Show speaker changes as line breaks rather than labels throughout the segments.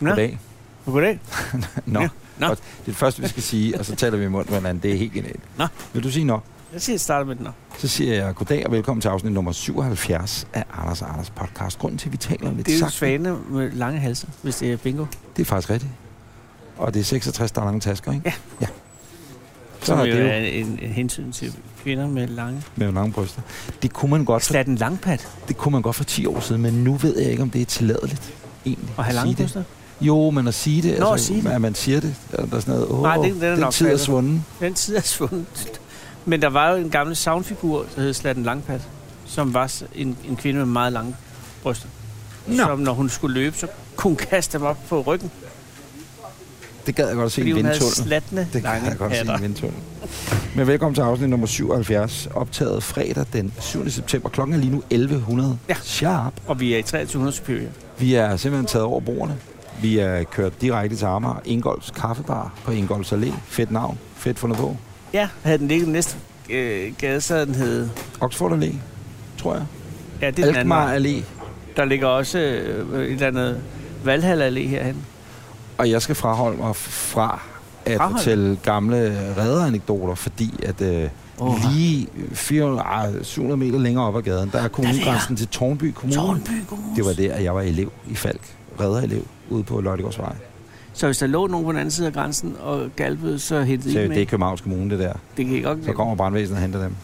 Goddag.
Goddag.
Nå.
Ja. Nå.
Nå. Godt. Det er det første, vi skal sige, og så taler vi i mund med hinanden. Det er helt genialt.
Nå.
Vil du sige nå?
Jeg siger, at starte med den nå.
Så siger jeg goddag og velkommen til afsnit nummer 77 af Anders og Anders podcast. Grunden til, at vi taler lidt
Det er jo
sakte,
svane med lange halser, hvis det er bingo.
det er faktisk rigtigt. Og det er 66, der er lange tasker, ikke?
Ja.
ja. Så
Som
er
jo
det
er
jo
en, en hensyn til kvinder med lange.
med lange bryster. Det kunne, man godt for,
Slat en langpat
det kunne man godt for 10 år siden, men nu ved jeg ikke, om det er tilladeligt. Egentlig,
og have
at
lange
sige det.
bryster.
Jo, men at sige det, altså,
Nå, at sige det.
at man siger det, og der er sådan noget, åh,
Nej, det- det er
den
nok
tid er
faldet.
svunden.
Den tid er svundet. Men der var jo en gammel soundfigur, der hed Slatten Langpat, som var s- en, en kvinde med meget lange bryster.
Nå.
Som når hun skulle løbe, så kunne hun kaste dem op på ryggen,
Det gad jeg godt at se i
fordi
en
hun havde
vindtunnel.
slattende
Det kan
lange
jeg godt se
patter.
i vindtunnel. Men velkommen til afsnit nummer 77, optaget fredag den 7. september. Klokken er lige nu 1100.
Ja.
Sharp.
Og vi er i 2300 Superior.
Vi er simpelthen taget over bordene. Vi er kørt direkte til Amager. Ingolfs Kaffebar på Ingolfs Allé. Fedt navn. Fedt fundet på.
Ja, havde den ligget i den næste øh, gade, så havde den hed...
Oxford Allé, tror jeg.
Ja, det er den anden vej.
Alkmaar Allé.
Der ligger også øh, et eller andet Valhalla Allé herhen.
Og jeg skal fraholde mig fra at
Fraholde?
fortælle gamle redderanekdoter, fordi at øh, oh. lige 400, ah, 700 meter længere op ad gaden, der er kommunegrænsen til Tårnby Kommune.
Tårnby Kommune.
Det var der, jeg var elev i Falk. Redderelev ude på Løjtegårdsvej.
Så hvis der lå nogen på den anden side af grænsen og galpede, så hentede
Så
I
det
med.
er Københavns Kommune, det der.
det kan I godt
Så kommer brandvæsenet og henter dem.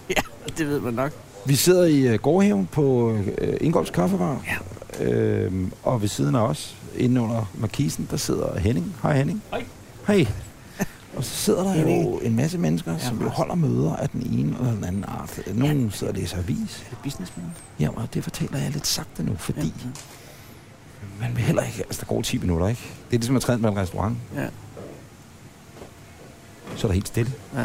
Det ved man nok.
Vi sidder i uh, gårdhaven på uh, Ingolfs Kaffebar.
Ja.
Øhm, og ved siden af os, inde under markisen, der sidder Henning. Hej Henning.
Hej.
Hej. Og så sidder der jo en masse mennesker, ja, som jo
Martin.
holder møder af den ene eller den anden art. Nogle ja. sidder og læser avis.
Businessman.
Ja, og det fortæller jeg lidt sagte nu, fordi ja. man vil heller ikke... Altså, der går 10 minutter, ikke? Det er ligesom at træne med en restaurant.
Ja.
Så er der helt stille.
Ja.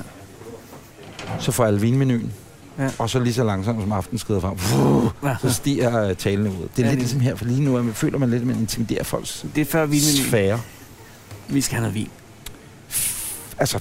Så får jeg vinmenuen.
Ja.
Og så lige så langsomt som aftenen skrider frem, Puh,
Ja.
så stiger øh, talen ud. Det er
Ja,
lidt
det-
ligesom her, for lige nu er man, føler man lidt, at man intimiderer folks
Det er før vinmenuen.
sfære.
Vi skal have noget vin.
Altså,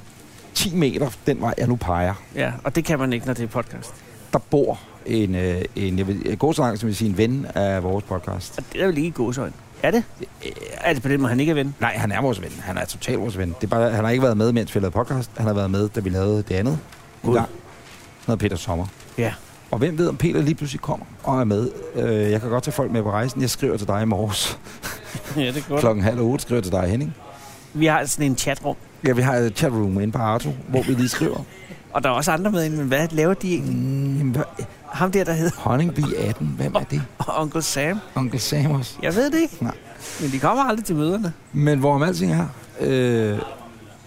10 meter den vej, jeg nu peger,
Ja, og det kan man ikke, når det er podcast.
der bor en, øh, en jeg vil jeg går så langt, som jeg vil sige, en ven af vores podcast.
Og det er vel ikke i gåsøjne. Er det?
Øh,
Er det på den måde, han ikke er ven?
Nej, han er vores ven. Han er totalt vores ven. Det er bare, han har ikke været med, mens vi lavede podcast. Han har været med, da vi lavede det andet.
Gud.
God. Han hedder Peter Sommer.
Ja.
Og hvem ved, om Peter lige pludselig kommer og er med. Øh, jeg kan godt tage folk med på rejsen. Jeg skriver til dig i morges.
ja, det er
Klokken halv otte skriver jeg til dig, Henning.
Vi har sådan en chatrum,
Ja, vi har et chatroom inde på Arto, hvor vi lige skriver.
og der er også andre med ind, men hvad laver de egentlig?
Mm, hvad?
Ham der, der hedder
Honningby 18, hvem er det?
Onkel Sam.
Onkel Sam også.
Jeg ved det ikke.
Nej.
Men de kommer aldrig til møderne.
Men hvorom alting er, øh,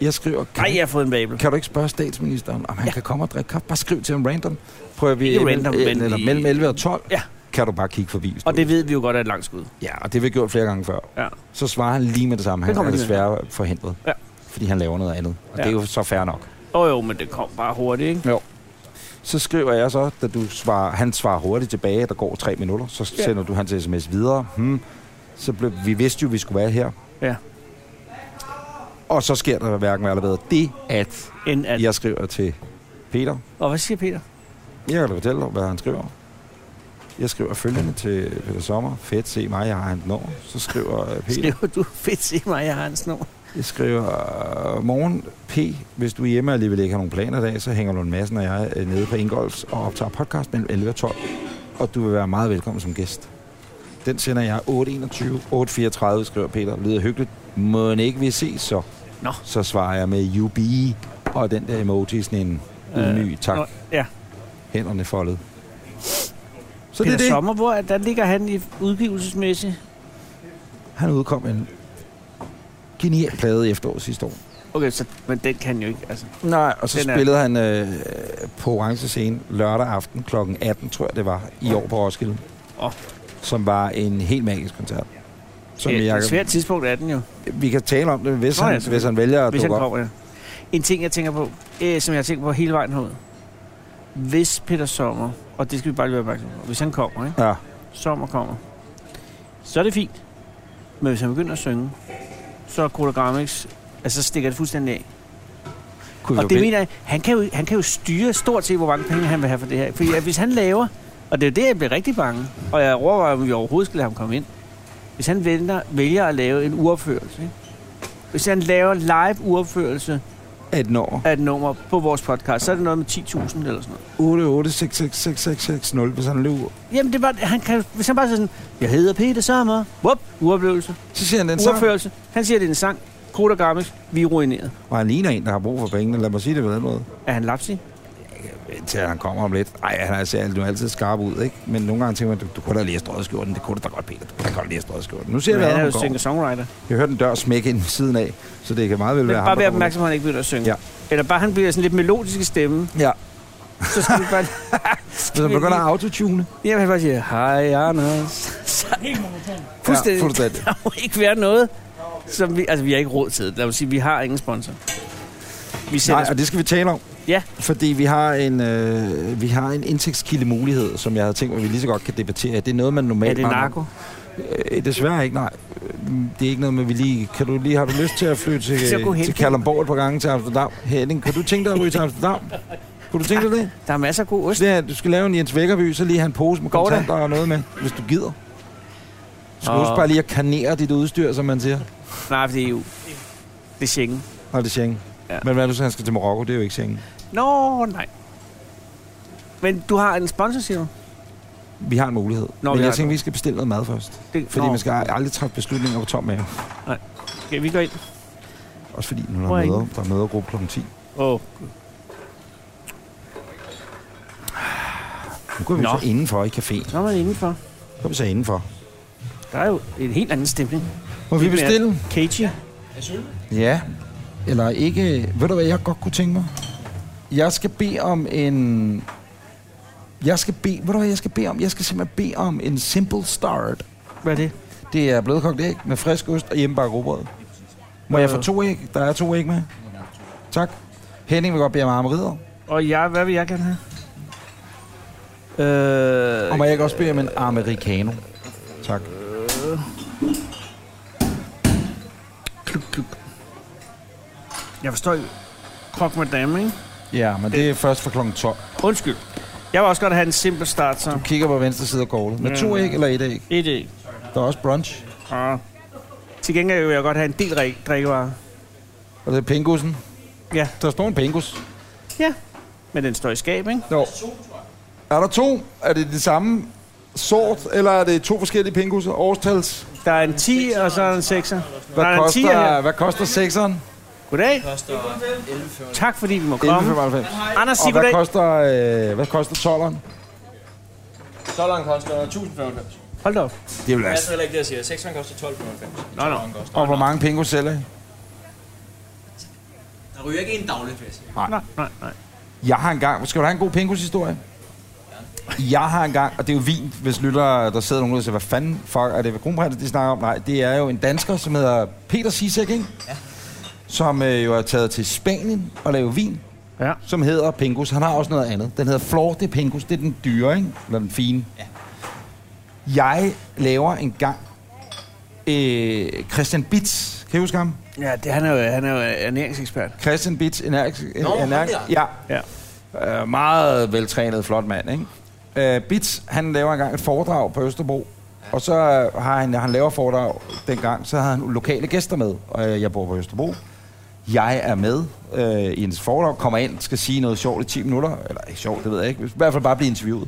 jeg skriver, kan,
Nej,
Ej,
jeg
ja.
har fået en babel.
kan du ikke spørge statsministeren, om han
Ja.
ja. kan komme og drikke kaffe? Bare skriv til ham random. Prøver vi
Ikke random,
øh,
men
eller
i-
mellem 11 og 12,
Ja.
kan du bare kigge forbi. hvis
Og
du
det
vil.
ved vi jo godt er et langt skud.
Ja, og det har vi gjort flere gange før.
Ja.
Så svarer han lige med det samme. Han
kommer
er
lige med.
desværre forhindret,
Ja.
fordi han laver noget andet. Og
Ja.
ja. det er jo så fair nok.
Åh oh, jo, men det kom bare hurtigt, ikke?
Så skriver jeg så, da du svarer, han svarer hurtigt tilbage, der går tre minutter, så
Ja.
sender du hans sms videre. Hmm. Så blev, vi vidste jo, vi skulle være her.
Ja.
Og så sker der hverken eller bedre. Det, at
End at... Ja.
jeg skriver til Peter.
Og hvad siger Peter?
Jeg kan da fortælle dig, hvad han skriver. Jeg skriver følgende til Peter Sommer. Fedt, se mig, jeg har hans nummer. Så skriver øh, Peter.
Skriver du fedt se mig, jeg har en snor.
Jeg skriver, morgen P, hvis du er hjemme og alligevel ikke har nogen planer i dag, så hænger Lund Madsen og jeg øh, nede på Ingolfs og optager podcast mellem 11 og 12. Og du vil være meget velkommen som gæst. Den sender jeg 8.21, 8.34, skriver Peter. Lyder hyggeligt. Må den ikke vi ses så?
Nå.
Så svarer jeg med UB og den der emoji, sådan en ydmyg øh, tak,
Nå, ja.
hænderne foldet. Så
Peter
det er det.
Sommer, hvor er, der ligger han i udgivelsesmæssigt?
Han udkom en genial plade i efteråret sidste år.
Okay, så, men den kan jo ikke, altså.
Nej, og så
Den er-
spillede han øh, på Orange Scene lørdag aften kl. 18, tror jeg det var, i år på Roskilde.
Åh.
Som var en helt magisk koncert. Som
det er
jeg,
et svært tidspunkt er den jo,
vi kan tale om det, hvis,
Nå ja,
han,
selvfølgelig.
hvis han vælger at
hvis han
dukke op.
kommer. Ja. En ting, jeg tænker på, øh, som jeg har tænkt på hele vejen herud. Hvis Peter Sommer, og det skal vi bare lige være opmærksomme på, hvis han kommer, ikke?
Ja.
Sommer kommer, så er det fint. Men hvis han begynder at synge, så er Kodagramix, altså så stikker det fuldstændig af.
Kunne vi
Og det
forbi-
mener jeg, han kan, jo, han kan jo styre stort set, hvor mange penge han vil have for det her. Fordi at hvis han laver, og det er jo det, jeg bliver rigtig bange, og jeg overvejer, om vi overhovedet skal lade ham komme ind. Hvis han vælger, vælger at lave en uopførelse, ikke? hvis han laver live uopførelse
af et nummer.
af et nummer på vores podcast, så er det noget med 10.000 eller sådan noget.
88666660, hvis han løber.
Jamen, det var, han kan, hvis han bare siger sådan, jeg hedder Peter Sommer, Whoop, uoplevelse,
Så siger han den sang,
uopførelse. Han siger, det er en sang. Koda Garmix, vi er ruineret.
og han ligner en, der har brug for pengene. Lad mig sige det på den måde.
Er han lapsi?
Til han kommer om lidt. Ej, han er, ser nu altid skarp ud, ikke? Men nogle gange tænker man, du, du kunne da lige have strøget Det kunne du da godt, Peter. Du kunne da godt lige have strøget Nu ser
Men
jeg,
han er
hvad
jo
han går.
singer-songwriter.
Jeg hørte en dør smække ind ved siden af, så det kan meget vel
Men
være ham,
bare vær
der går
opmærksom, at han ikke begynder at synge.
Ja.
Eller bare han bliver sådan lidt melodisk i stemmen,
ud. Ja,
så skal du bare...
hvis han begynder at autotune.
Jamen, han bare siger, hej Anders. Så, fuldstændig.
Ja, fuldstændig.
Der må ikke være noget, som vi... Altså, vi har ikke råd til det. Lad mig sige, vi har ingen sponsor. Vi sælger...
Nej, og det skal vi tale om.
Ja.
Fordi vi har en, øh, vi har en indtægtskildemulighed, som jeg havde tænkt mig, at vi lige så godt kan debattere. Det er noget, man normalt...
er det
bare-
narko?
Øh, desværre ikke, nej. Øh, Det er ikke noget med, vi lige... Kan du lige... Har du lyst til at flytte til,
Så kunne
til
Henning-
Kalamborg et par gange til Amsterdam? Henning, kan du tænke dig at ryge til Amsterdam? Kunne du tænke dig det?
Der er masser af god ost.
Det er, at du skal lave en Jens Vækkerby, så lige have en pose med
Går det?
kontanter og noget med, hvis du gider. Du skal
Åh.
huske bare lige at kanere dit udstyr, som man siger.
Nej, for det er EU. Det er Schengen.
Og det er Schengen.
Ja.
Ja. Men hvad er det så, han skal til Marokko? Det er jo ikke Schengen.
Nå, nej. Men du har en sponsor, siger du?
Vi har en mulighed.
Nå,
Nå,
vi
Men
har
jeg
det.
tænker, vi skal bestille noget mad først.
Det,
Fordi
Nå,
Nå. man skal aldrig træffe beslutninger på tom mave.
Okay, vi går ind.
Også fordi nu
Hvor
er
er
der
I?
møder, der er mødergruppe kl. 10.
Åh, oh,
Nu går vi
Nå.
så indenfor i caféen.
så er man indenfor.
Så er vi så indenfor.
Der er jo en helt anden stemning.
Må vi
Lidt mere.
bestille?
Cagey.
Ja. Eller ikke... Ved du, hvad jeg godt kunne tænke mig? Jeg skal bede om en... Jeg skal bede... Ved du, hvad jeg skal bede om? Jeg skal simpelthen bede om en simple start.
Hvad er det?
Det er blødkogt æg med frisk ost og hjemmebagt råbrød. Må jeg få to æg? Der er to æg med. Tak. Henning vil godt bede om armerider.
Og jeg, hvad vil jeg gerne have? Øh,
Og må jeg ikke også bede om en americano? Tak.
klub, klub. Jeg forstår ikke. Krok madame, ikke?
Ja, men det er først fra kl. 12.
Undskyld. Jeg vil også godt have en simpel start, så.
Kigger på venstre side af kortet. Med
Mm.
to æg eller et æg?
Et æg.
Der er også brunch.
Og til gengæld vil jeg godt have en del rik- drikkevarer.
Og det er pingussen.
Ja.
Der står en pingus.
Ja. Men den står i skab, ikke?
Jo. Er der to? Er det det samme sort, eller er det to forskellige pingusser? Årstals?
Der er en 10, og så er der en 6'er.
Hvad
der er en 10'er
koster,
her.
hvad koster sekseren?
Goddag. Tak fordi vi må komme.
11,95.
Anders, sig
Og hvad
goddag.
koster, øh, hvad koster tolleren?
Så langt koster 1095.
Hold da op.
Det vil
Jeg er heller ikke det, jeg siger. 6 koster 1295.
Nå, nå.
Og hvor mange pingos sælger I?
Der ryger ikke en daglig fest.
Nej, nej, nej.
Jeg har engang... Skal du have en god pingushistorie? Jeg har engang, og det er jo vin, hvis lytter, der sidder nogen ud og siger, hvad fanden fuck er det kronprinsen, de snakker om? Nej, det er jo en dansker, som hedder Peter Sisek, ikke? Ja. Som øh, jo er taget til Spanien og laver vin,
Ja.
som hedder Pingus. Han har også noget andet. Den hedder Flor de Pingus. Det er den dyre, ikke? Eller den fine. Ja. Jeg laver engang øh, Christian Bitz. Kan I huske ham?
Ja, det, han er jo, han er jo ernæringsekspert.
Christian Bitz, energisk.
Nå, ham der.
ja.
Ja.
Øh, meget veltrænet, flot mand, ikke? Øh, Bitz, han laver engang et foredrag på Østerbro, og så øh, har han, han laver foredrag dengang, så har han lokale gæster med, og øh, jeg bor på Østerbro. Jeg er med øh, i hendes foredrag, kommer ind, skal sige noget sjovt i 10 minutter, eller ikke sjovt, det ved jeg ikke, i hvert fald bare blive interviewet.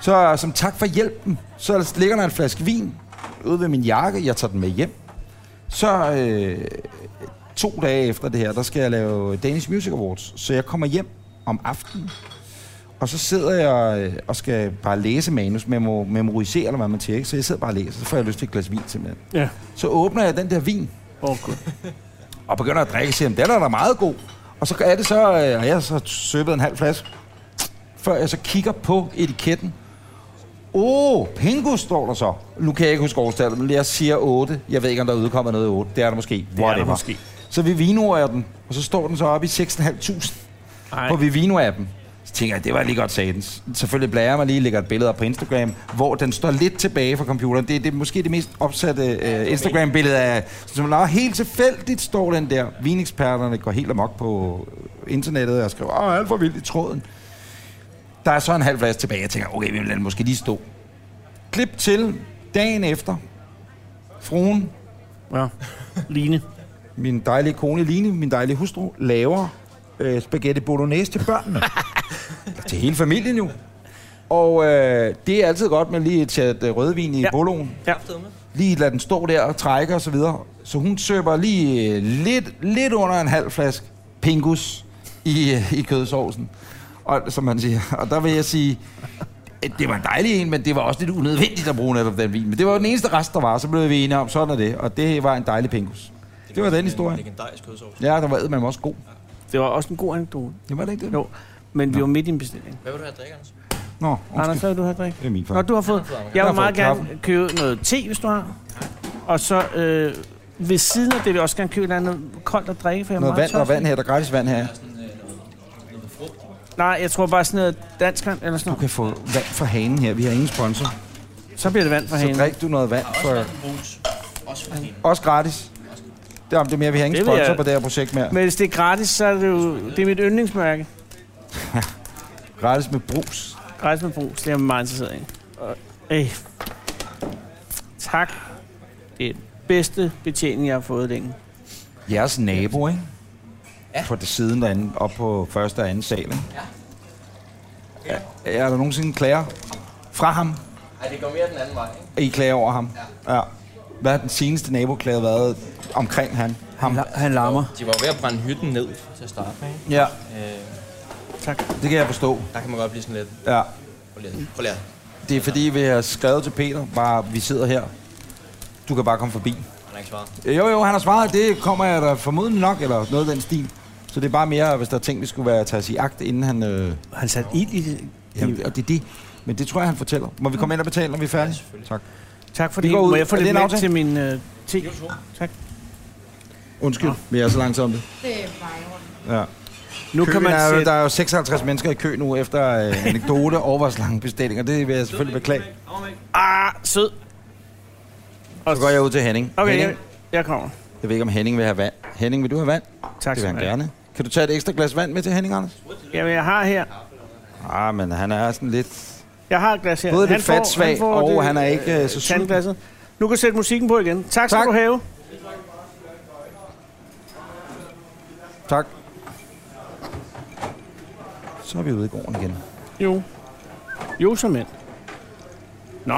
Så øh, som tak for hjælpen, så ligger der en flaske vin ude ved min jakke, jeg tager den med hjem. Så øh, to dage efter det her, der skal jeg lave Danish Music Awards. Så jeg kommer hjem om aftenen, og så sidder jeg øh, og skal bare læse manus, memo- memorisere eller hvad man siger. Ikke? Så jeg sidder bare og læser, så får jeg lyst til et glas vin simpelthen.
Ja.
Så åbner jeg den der vin,
Åh, oh, gud.
og begynder at drikke, siger, "Jamen, den er da meget god. Og så er det så, øh, og jeg har så søbet en halv flaske, før jeg så kigger på etiketten. Åh, oh, Pingus står der så. Nu kan jeg ikke huske årstallet, men jeg siger 8. Jeg ved ikke, om der er udkommet noget i 8. Det er der måske.
Det er der
Whatever.
måske.
Så vi vinoer jeg den, og så står den så oppe i 6.500
Ej.
på Vivino-appen. Så tænker jeg, det var lige godt satens. Selvfølgelig blærer jeg mig lige, lægger et billede op på Instagram, hvor den står lidt tilbage fra computeren. Det er det, er måske det mest opsatte øh, Instagram-billede af... Som, nå, helt tilfældigt står den der. Vineksperterne går helt amok på øh, internettet og skriver, åh, alt for vildt i tråden. Der er så en halv flaske tilbage. Jeg tænker, okay, vi vil lade den måske lige stå. Klip til dagen efter. fruen,
Ja. Line.
min dejlige kone Line, min dejlige hustru, laver øh, spaghetti bolognese til børnene. til hele familien jo. Og øh, det er altid godt med lige et chat øh, rødvin i
Ja.
ja. bolloen. Lige lade den stå der og trække og så videre. Så hun søber lige øh, lidt, lidt under en halv flaske pingus i, øh, i kødsovsen. Og, som man siger. Og der vil jeg sige, at det var en dejlig en, men det var også lidt unødvendigt at bruge netop den vin. Men det var jo den eneste rest, der var, så blev vi enige om, sådan er det. Og det var en dejlig pingus. Det var den historie.
Legendarisk kødsovs.
Ja, der var man også god.
Det var også en god anekdote.
Det var det ikke det?
Jo, men vi var midt i en bestilling.
Hvad vil du have at drikke, Anders?
Nå,
Anders,
undskyld.
hvad vil du have at drikke?
Det er min
Nå,
far.
du har fået... Jeg
har
vil meget
fået
gerne
kaffen.
købe noget te, hvis du har. Og så øh, ved siden af det vil jeg også gerne købe noget andet koldt at drikke, for jeg er
Noget
meget
vand, der er
tør.
vand her, der er gratis vand her.
Nej, jeg tror bare sådan noget dansk vand eller sådan
Du
noget.
kan få vand fra hanen her, vi har ingen sponsor.
Så bliver det vand for
Så
hende.
drik du noget vand for...
Brugs. Også for din.
Også gratis. Det er, det er mere, vi har ingen
Det vil
sponsor
jeg-
på det her projekt mere.
Men hvis det er gratis, så er det jo... Det er mit yndlingsmærke.
Gratis med brus.
Gratis med brus, det er jeg meget interesseret i. Og, øh, tak. Det er den bedste betjening, jeg har fået længe.
Jeres nabo, ikke?
Ja.
På det siden derinde, op på første og anden sal, ikke? Ja. Er, er der nogensinde en klager fra ham?
Ej, det går mere den anden vej, ikke?
Er I klager over ham? Ja. ja. Hvad har den seneste naboklage været omkring han? Ham?
Han larmer.
De var jo ved at brænde hytten ned til at starte med, ikke?
Ja,
Øh,
Tak.
det kan jeg forstå.
der kan man godt blive sådan lidt...
Ja.
Prøv lige at- Prøv lige at...
Det er fordi, vi har skrevet til Peter, bare vi sidder her. Du kan bare komme forbi.
Han har ikke svaret.
Øh, Jo, jo, han har svaret, det kommer jeg da formodentlig nok, eller noget af den stil. Så det er bare mere, hvis der er ting, vi skulle være tages i agt, inden han... Øh,
Han satte ild i det.
jamen, og det er det. Men det tror jeg, han fortæller. Må vi komme ind og betale, når vi er færdige?
Ja, selvfølgelig.
tak.
Tak for
Vi
det.
går ud.
Må jeg få
Er det
lidt
en
med
aftale?
til min øh, te? Tak.
Undskyld, vi er så langt om det.
Det er bare
Ja.
Nu
Køen
kan man
er, jo- Der
sætte...
er jo 56 mennesker i kø nu efter øh, anekdote og vores lange bestilling, og det vil jeg selvfølgelig beklage.
Ah, sød. Og
Så går jeg ud til Henning.
Okay, jeg,
Henning,
jeg kommer.
jeg ved ikke, om Henning vil have vand. Henning, vil du have vand?
Tak
det vil
skal
han
du have.
gerne. Kan du tage et ekstra glas vand med til Henning, Anders?
Jamen, jeg har her.
Ah, men han er sådan lidt...
Jeg har et glas her.
Både lidt fatsvag, og han er ikke, øh, så sulten.
tandglasset. Nu kan du sætte musikken på igen. Tak skal
Tak.
du have.
Tak. Så er vi ude i gården igen.
Jo. Jo, som mænd. Nå.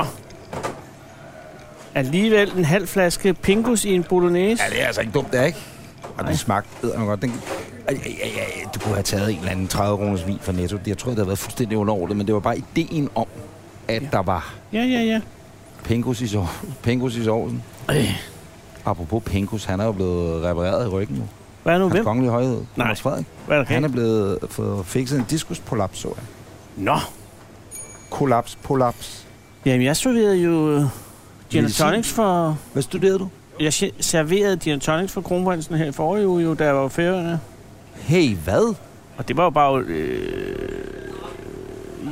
Alligevel en halv flaske pingus i en bolognese.
Ja, det er altså ikke dumt, det er ikke? Og den smagte bedre godt. Den, Ej, ej, ej, ej, du kunne have taget en eller anden 30 kroners vin fra Netto. Jeg tror, det havde været fuldstændig ulovligt, men det var bare ideen om, at der var
Ja, ja, ja.
pingus i, sov- pingus i sovsen. Apropos pingus, han er jo blevet repareret i ryggen nu.
Hvad er nu
Hans
hvem?
kongelige højhed, Thomas Frederik.
Hvad er der
Han er
galt?
blevet fået fikset en diskusprolaps, så jeg.
Nå.
Kollaps, prolaps.
Jamen, jeg serverede jo øh, gin and
Medicin.
tonics for...
Hvad studerede du?
Jeg se- serverede gin and tonics for kronprinsen her i forrige uge, jo, da jeg var på færøerne.
Hey, hvad?
Og det var jo bare... Øh,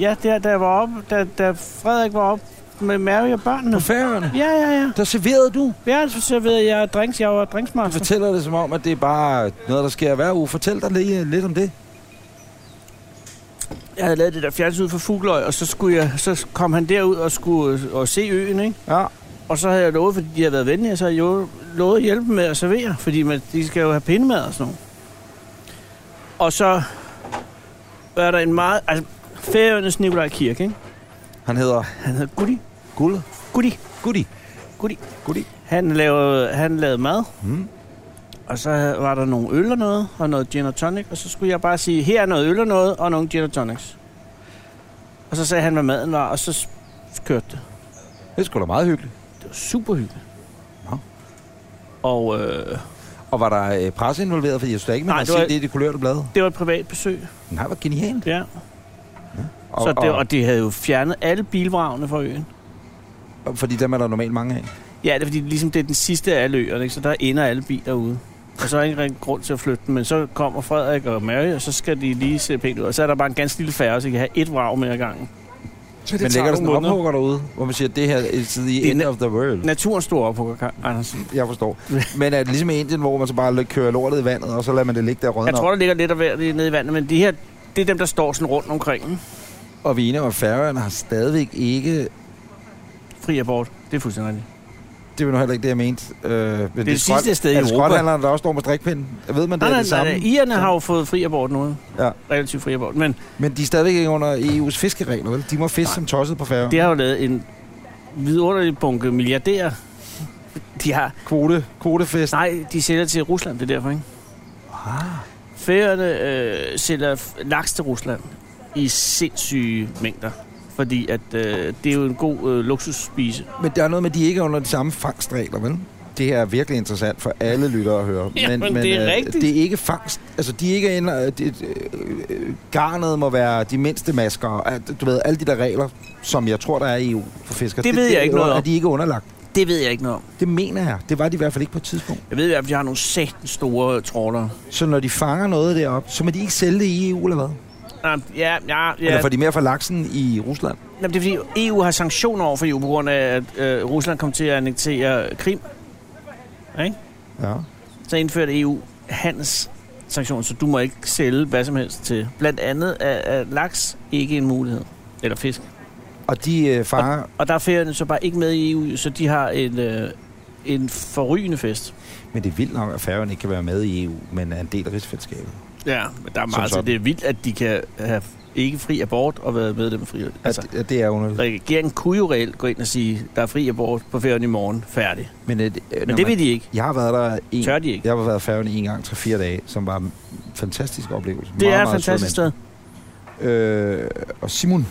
ja, der, da jeg var op, da, da Frederik var op med Mary og børnene.
På færøerne?
Ja, ja, ja.
Der serverede du.
Ja, så serverede jeg drinks. Jeg var
Du
drinksmaster.
fortæller det som om, at det er bare noget, der sker hver uge. Fortæl dig lige, øh, lidt om det.
jeg havde lavet det der fjernsyn for Fugløj, og så, skulle jeg, så kom han derud og skulle øh, og se øen, ikke?
Ja.
Og så havde jeg lovet, fordi de havde været venlige, så havde jeg jo lovet at hjælpe dem med at servere, fordi man, de skal jo have pindemad og sådan noget. Og så var der en meget... Altså, Færøernes Nikolaj Kirk, ikke?
Han hedder
Han hedder Gudi.
Guld.
Gudi.
Gudi.
Gudi.
Gudi.
Han lavede, han lavede mad.
Mm.
Og så var der nogle øl og noget, og noget gin og tonic. Og så skulle jeg bare sige, her er noget øl og noget, og nogle gin og tonics. Og så sagde han, hvad maden var, og så s- kørte det.
Det er sgu da meget hyggeligt.
Det var super hyggeligt.
Nå.
Og øh,
Og var der øh, presse involveret? Fordi jeg synes da ikke, man
Nej,
har
det var-
set det i det kulørte blad.
det var et privat besøg.
Nej, hvor genialt.
Ja.
Og,
Så det,
og,
og det havde jo fjernet alle bilvragene fra øen.
og, fordi dem er der normalt mange af.
Ja, det er fordi, ligesom det er den sidste af alle øerne, ikke? så der ender alle biler ude. Og så er der ikke rigtig grund til at flytte dem, men så kommer Frederik og Mary, og så skal de lige se pænt ud. Og så er der bare en ganske lille færge, så I kan have et vrag med ad gangen.
Men ligger der sådan en ophugger derude, hvor man siger, at det her is the
er
end
na-
of the world.
Naturen står op på Anders.
Jeg forstår. Men er det ligesom i Indien, hvor man så bare kører lortet i vandet, og så lader man det ligge der
Jeg
rødne
tror,
op?
der ligger lidt af hvert nede i vandet, men de her, det er dem, der står sådan rundt omkring. ikke?
Og vi er enige om, at færøerne har stadigvæk ikke
Fri abort. Det er fuldstændig rigtigt.
det var nu heller ikke det, jeg mente. Øh, men det,
det sidste sted i
Er det
Europa.
skrothandleren, der også står med strikpinden? Ved man, det
Nej,
er
nej,
det
nej,
samme?
nej. Irerne har jo fået fri abort nu.
Ja.
Relativt fri abort. Men
Men de er stadigvæk ikke under EU's fiskeregler, vel? De må fiske som tosset på færgen.
det har jo lavet en vidunderlig bunke milliardærer. De har...
Kvote, kvotefest.
Nej, de sælger til Rusland, det er derfor, ikke? Færøerne øh, sælger f- laks til Rusland i sindssyge mængder. Fordi at, øh, det er jo en god øh, luksusspise.
Men der er noget med, at de ikke er under de samme fangstregler, vel? Det her er virkelig interessant for alle lyttere at høre.
Ja, men det er
øh,
rigtigt.
Det er ikke fangst. Altså, de er ikke inde... øh, Det, øh, øh, garnet må være de mindste masker. og alt- Du ved, alle de der regler, som jeg tror, der er i EU for fiskere.
Det ved jeg ikke noget om.
Er de ikke underlagt?
Det ved jeg ikke noget om.
Det mener jeg. Det var de i hvert fald ikke på et tidspunkt.
Jeg ved i hvert fald, at de har nogle satan store øh, trålere.
Så når de fanger noget deroppe, så må de ikke sælge det i EU, eller hvad?
Nej, Ja, ja,
Ja.
ja.
Eller får de mere for laksen i Rusland?
Jamen, det er fordi, EU har sanktioner over for EU på grund af, at øh, Rusland kom til at annektere Krim.
Ja.
Så indførte E EU handelssanktioner, så du må ikke sælge hvad som helst til. Blandt andet er, er laks ikke en mulighed. Eller fisk.
Og de øh, fanger...
Og der er ferierne så bare ikke med i EU, så de har en, øh, en forrygende fest.
Men det er vildt nok, at færgerne ikke kan være med i EU, men er en del af rigsfællesskabet.
Ja, men der er
Som
meget, så
sådan.
det er vildt, at de kan have ikke fri abort og være medlem af fri abort.
Altså,
Altså,
at, at det er underligt.
regeringen kunne jo reelt gå ind og sige, der er fri abort på ferien i morgen, færdig.
Men, øh,
Men det vil de ikke.
Jeg har været der en,
Tør de ikke.
Jeg har været færgen en gang, 3-4 dage, som var en fantastisk oplevelse.
Det er et fantastisk sted.
sted. Øh, og Simon.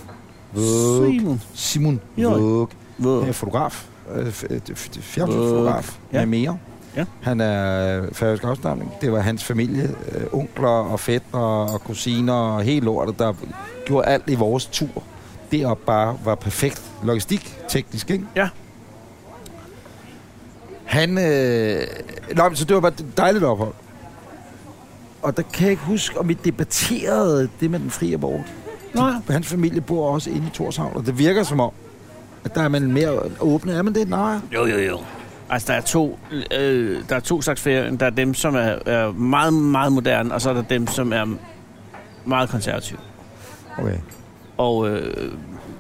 Våg.
Simon.
Simon.
Jo.
Våg.
Hvor-
Han er fotograf. Øh, f- øh, f- Fjernsynsfotograf.
Ja.
Ja. Med mere.
Ja.
Han er øh, færøsk afstamning. Det var hans familie. Øh, onkler og fætter og kusiner og hele lortet, der gjorde alt i vores tur. Det op bare var perfekt logistik, teknisk, ikke?
Ja.
Han... Øh... Nå, men så det var bare et dejligt ophold. Og der kan jeg ikke huske, om vi debatterede det med den frie abort.
Nå, ja.
Men Hans familie bor også inde i Torshavn, og det virker som om, at der er man mere åbne. Er man det? Nej.
Jo, jo, jo. Altså, der er to, øh, der er to slags ferie. Der er dem, som er, er meget, meget moderne, og så er der dem, som er meget konservative.
Okay.
Og, øh,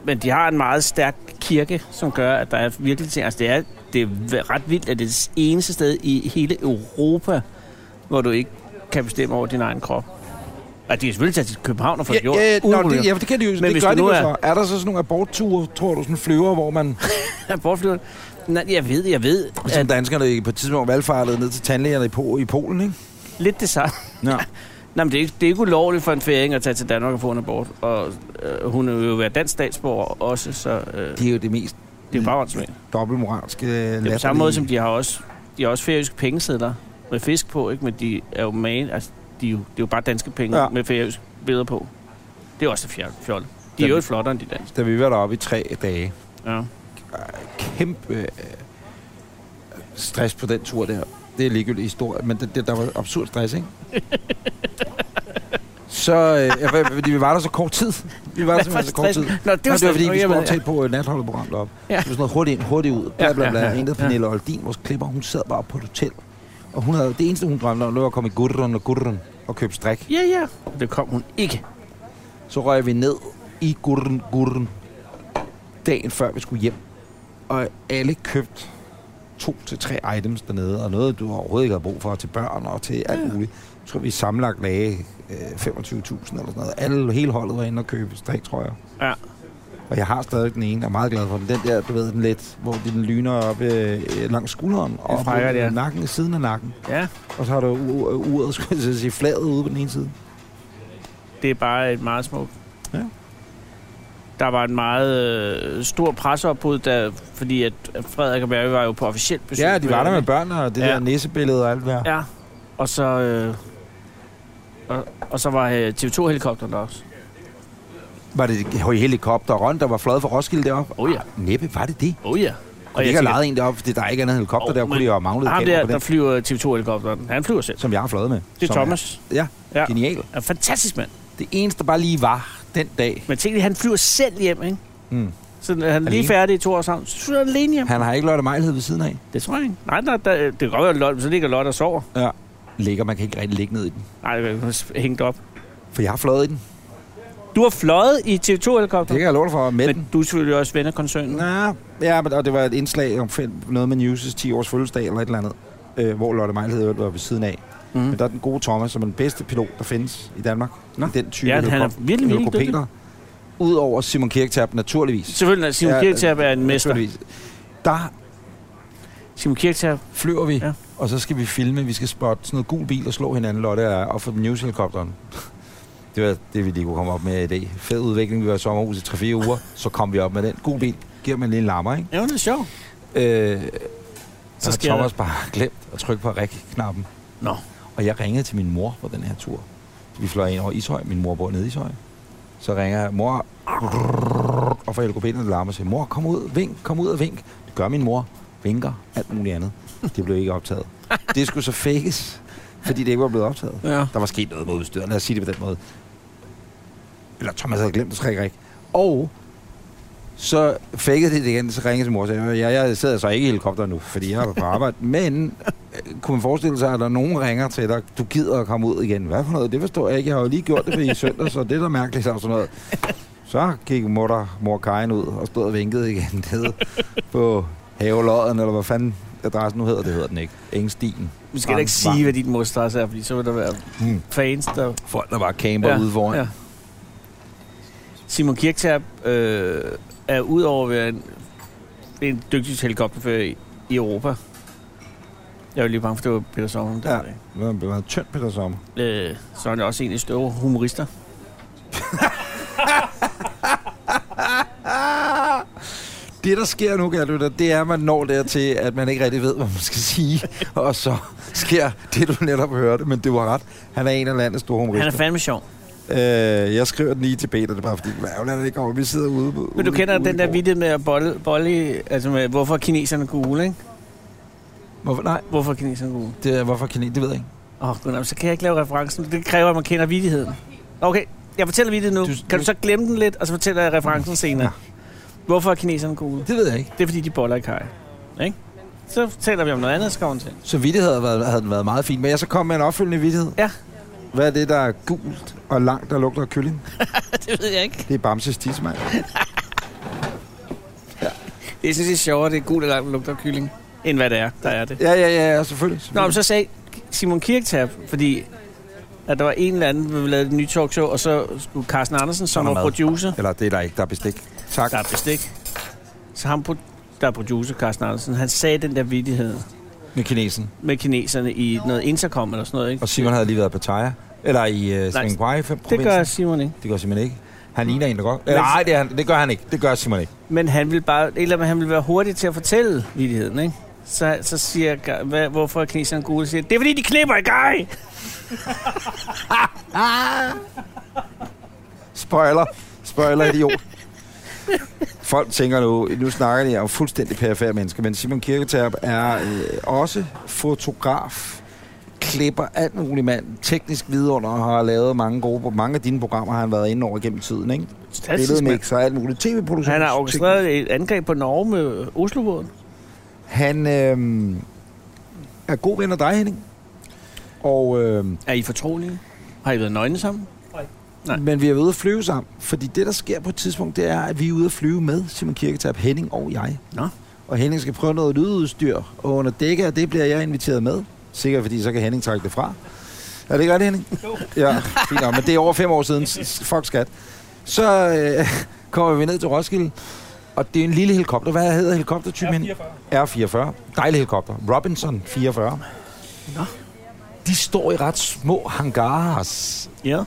men de har en meget stærk kirke, som gør, at der er virkelig ting. Altså, det er, det er ret vildt, at det er det eneste sted i hele Europa, hvor du ikke kan bestemme over din egen krop. Altså, de kan selvfølgelig tage til København og få det gjort.
Ja, ja, nå,
uden
det,
problemer.
ja, det kan de jo. Men
hvis
det gør
det
de
nu
jo
er-
så. Er der så sådan nogle abortture, tror du, sådan flyver, hvor man,
Bortflyveren. Nej, jeg ved, jeg ved,
som
at
danskerne på et tidspunkt valgfartede ned til tandlægerne i, po- i Polen, ikke?
lidt det samme.
Ja.
Nej, men det er, ikke, det er ikke ulovligt for en færing at tage til Danmark og få en abort. Og øh, hun vil jo være dansk statsborger også, så øh,
Det er jo det mest
det er bare åndssvagt.
dobbeltmoralske
Det er på samme måde, som de har også, de har også færøske pengesedler med fisk på, ikke? men de er jo man, altså, de er jo, det er jo bare danske penge
Ja.
ja. med færøske billeder på. Det er også fjol. fjol. De
Dem-
er jo flottere end de danske.
Da vi var deroppe i tre dage,
Ja.
kæmpe øh, stress på den tur der. Det er ligegyldigt historie, men det, det, der var absurd stress, ikke? så øh, jeg, ved- fordi vi var der så kort tid. Vi var der simpelthen så kort tid.
Nå, det
Det var,
var,
det var fordi, vi skulle
jamen,
optage på øh, natholdeprogram deroppe.
Ja.
Ja. Det var sådan noget hurtigt ind, hurtigt ud. Bla, bla, bla.
Ja,
Ja,
ja,
ja,
ja.
ja. Pernille Oldin, vores klipper, hun sad bare på et hotel. Og hun havde, det eneste, hun drømte om, det var at komme i gurren og gurren og købe strik.
Ja, ja. Det kom hun ikke.
Så røg vi ned i gurren gurren dagen før vi skulle hjem. Og alle købte to til tre items dernede, og noget, du overhovedet ikke havde brug for, til børn og til alt muligt. Jeg tror, vi sammenlagt lagde øh, 25.000 eller sådan noget. Alle, hele holdet var inde og købe striktrøjer.
Ja.
Og jeg har stadig den ene, jeg er meget glad for den. Den der, du ved, den lidt, hvor den lyner op øh, langs skulderen og op
frækker,
mod
det er.
nakken, i siden af nakken.
Ja,
Og så har du u- u- uret, skulle jeg til at sige, flaget ude på den ene side.
det er bare et meget smukt.
Ja.
Der var en meget øh, stor presseopbud, der, fordi at Frederik og Mary var jo på officielt besøg.
Ja, de var der med
ikke?
børn og det
Ja.
der nissebillede og alt der.
Ja, og så, øh, og, og så var øh, TV2-helikopteren der også.
Var det helikopter rundt, der var fløjet fra Roskilde deroppe?
Oh ja,
Næppe, var det det?
oh ja.
Og de ikke har lejet en deroppe, fordi der er ikke andet helikopter
Åh,
oh, der, kunne
men-
de have maglet
Ham
kamera
der,
på
der
den,
flyver TV2-helikopteren, han flyver selv.
som jeg har fløjet med.
Det er
Som
Thomas.
Ja,
Ja.
Er genial.
Er en fantastisk mand.
Det eneste, der bare lige var den dag,
Men tænk lige, han flyver selv hjem, ikke?
mm.
Så er han lige
Alene.
færdig i to år sammen. Så flyver han alene hjem.
han har ikke Lotte Mejlhed ved siden af.
Det tror jeg ikke. Nej, nej, der, det kan godt være, at Lotte- så ligger Lotte og sover.
Ligger, man kan ikke rigtig ligge ned i den.
Nej, det er hængt op.
For jeg har fløjet i den.
Du har fløjet i TV2-helikopter,
Det kan jeg love dig for. Med
men du er selvfølgelig også ven af koncernen.
Nå, ja, men- og det var et indslag om film, noget med News' 10 års fødselsdag eller et eller andet, øh, hvor Lotte Mejl hedder var ved siden af.
Mhm.
Mm. Men der er den gode Thomas, som er den bedste pilot, der findes i Danmark. Nå. Den type
Ja, han er
helikop-
virkelig, virkelig dygtig.
helikopter. Udover Simon Kirktab, naturligvis.
Selvfølgelig er Simon
Ja,
ja, Kirktab er en mester.
Naturligvis. Der
Simon Kirktab,
flyver vi,
Ja.
ja. og så skal vi filme. Vi skal spotte sådan noget gul bil og slå hinanden, Lotte, og og få News helikopteren. Det var det, vi lige kunne komme op med i dag. Fed udvikling. Vi var i sommerhus i 3-4 uger, så kom vi op med den. Gul bil giver man lige en lammer, ikke?
ja, det er sjovt.
Øh,
Så
så har
sker der-
Thomas bare glemt at trykke på ræk-knappen.
Nå.
Og jeg ringede til min mor på den her tur. Vi fløj ind over Ishøj. Min mor bor nede i Ishøj. Så ringer jeg, mor, og får LKP'en til larmer og siger, mor, kom ud, vink, kom ud og vink. Det gør min mor. Vinker, alt muligt andet. Det blev ikke optaget. Det skulle så fakes, fordi det ikke var blevet optaget.
Ja.
Der var sket noget med udstyret, lad os sige det på den måde. Eller Thomas havde glemt at trække ræk. Og så fakede de det igen, så ringede til mor og sagde, "Øh, ja, jeg sidder så ikke i helikopter nu, fordi jeg er på arbejde. Men øh, kunne man forestille sig, at der er nogen der ringer til dig, du gider at komme ud igen. Hvad for noget? Det forstår jeg ikke. Jeg har jo lige gjort det i søndag, så det er da mærkeligt og sådan noget. Så gik mor, mor Karin ud og stod og vinkede igen nede på havelodden, eller hvad fanden adressen nu hedder. Det hedder den ikke. Engstien.
Vi skal da ikke sige, hvad din modstress er, fordi så vil der være
Hmm.
fans, der...
Folk, der var camper ja, ude foran. Ja.
Simon Kirktab øh, er udover at være en, en dygtig helikopterfører i, i Europa. Jeg var lige bange for, at det var Peter Sommer. Der
Ja.
var det.
Det var en meget tynd Peter Sommer.
Øh, så er han også en af de store humorister.
Det, der sker nu, kan lytter, det er, at man når dertil, at man ikke rigtig ved, hvad man skal sige. Og så sker det, du netop hørte, men det var ret. Han er en af landets store
Han er
humorister.
fandme sjov.
Øh, jeg skriver den lige til Peter, det er bare fordi, hvad er det ikke over? Vi sidder ude på...
Men du
ude-
kender
ude
den der
i-
vidtighed med at bolle, bolle altså med, hvorfor kineserne gule, ikke?
Hvorfor, nej,
Hvorfor er kineserne gule?
det er, hvorfor kan I, det ved jeg ikke.
Åh, oh, godnam, så kan jeg ikke lave referencen. Det kræver, at man kender vidigheden. Okay, jeg fortæller vidtigheden nu.
Du-
kan
du-
du så glemme den lidt, og så fortæller jeg referencen senere?
Ja.
Hvorfor er kineserne gule?
Det ved jeg ikke.
Det er, fordi de boller i kaj. Ikke? Så taler vi om noget andet, skal hun til.
Så vittighed havde, været, havde den været meget fint, men jeg så kom med en opfølgende vittighed.
Ja.
Hvad er det, der er gult og langt, der lugter af kylling?
det ved jeg ikke.
Det er Bamses tissemand.
Det synes jeg er sjovere, det er gul eller lugter af kylling, end hvad det er, der er det.
Ja, ja, ja, ja, selvfølgelig.
Nå, men
selvfølgelig.
så sagde Simon Kirktab, fordi at der var en eller anden, der lavede et nyt talkshow, og så skulle Carsten Andersen, som
Der er
var
mad.
producer,
Eller det er der ikke, der er bestik. Tak.
der er bestik, så ham, pro- der er producer, Carsten Andersen, han sagde den der vidighed
Med kinesen.
med kineserne i noget intercom eller sådan noget, ikke?
Og Simon havde lige været på Pattaya. Eller i uh, Sing Kwai provinsen.
Det gør Simon ikke.
det gør Simon ikke. Han ligner en, der godt. Eller,
Men-
nej, det, er han, det gør han ikke. Det gør Simon ikke.
Men han vil bare, et eller andet, han vil være hurtig til at fortælle vidigheden, ikke? Så, så siger jeg, "Gar- hvad, hvorfor er kineserne gule? Siger, jeg, det er fordi, de knipper i gej!
Spoiler. Spoiler, idiot. Folk tænker nu, nu snakker de om fuldstændig perifære mennesker, men Simon Kirketerp er øh, også fotograf, klipper alt muligt mand, teknisk vidunder og har lavet mange gode, mange af dine programmer har han været inde over gennem tiden, ikke?
Fantastisk, mand.
Billedmix og alt muligt. TV-produktion.
Han har orkestreret et angreb på Norge med Oslobåden.
Han øh, er god ven af dig, Henning. Og, øh,
Er I fortrolige? Har I været nøgne sammen? Nej.
men vi er ude at flyve sammen. Fordi det, der sker på et tidspunkt, det er, at vi er ude at flyve med Simon Kirketab, Henning og jeg.
Nå.
Og Henning skal prøve noget lydudstyr. Og under dække af det bliver jeg inviteret med. Sikkert, fordi så kan Henning trække det fra. Er det ikke rigtigt, Henning? Jo. Ja, fint nok. Men det er over fem år siden. S- s- Fuck skat. Så øh, kommer vi ned til Roskilde. Og det er en lille helikopter. Hvad hedder helikoptertypen? Henning? R44. Dejlig helikopter. Robinson 44.
Nå.
De står i ret små hangarer.
Ja.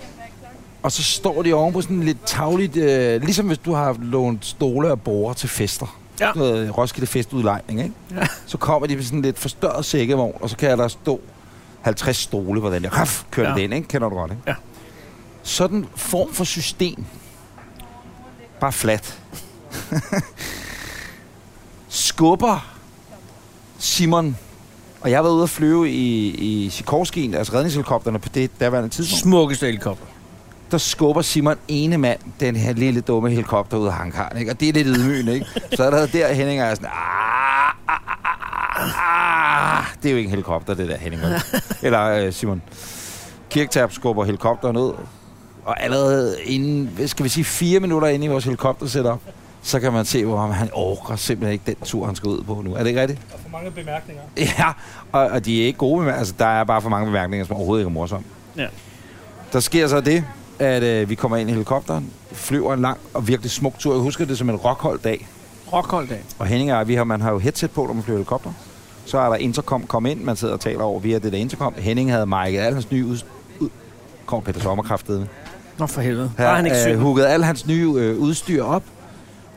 Og så står de oven på sådan lidt tagligt, øh, ligesom hvis du har haft lånt stole og borer til fester.
Ja.
Sådan noget Roskilde festudlejning, ikke?
Ja.
Så kommer de med sådan lidt forstørret sækkevogn, og så kan der stå 50 stole på den der. Raf, kører
Ja.
ja. den, ikke? Kender du godt, ikke?
Ja.
Sådan form for system. Bare flat. Skubber Simon. Og jeg har været ude at flyve i, i Sikorskin, altså redningshelikopterne på det daværende tidspunkt
Smukkeste helikopter.
der skubber Simon ene mand den her lille dumme helikopter ud af hangaren, ikke? Og det er lidt ydmygende, ikke? Så er der der Henning og jeg er sådan, "Ah, ah, ah, ah, ah." det er jo ikke en helikopter, det der Henning. vel? Eller øh, Simon. Kirktab skubber helikopteren ud, Og allerede inden, hvad skal vi sige, fire minutter inde i vores helikopter setup, så kan man se, hvor han orker simpelthen ikke den tur, han skal ud på nu. Er det ikke rigtigt?
Der er for mange bemærkninger.
Ja, og, og de er ikke gode med, altså der er bare for mange bemærkninger, som overhovedet ikke er morsomme.
Ja.
Der sker så det, at øh, vi kommer ind i helikopteren, flyver en lang og virkelig smuk tur. Jeg husker det som en rockhold dag.
Rockholddag.
Og Henning og jeg, vi har, man har jo headset på, når man flyver helikopter. Så er der intercom, kom ind, man sidder og taler over via det der intercom. Henning havde mærket al hans nye ud... ud kom Peter Sommerkraftede.
Nå for helvede. Her,
Her,
Bare han ikke syg.
øh, hugget al hans nye øh, udstyr op.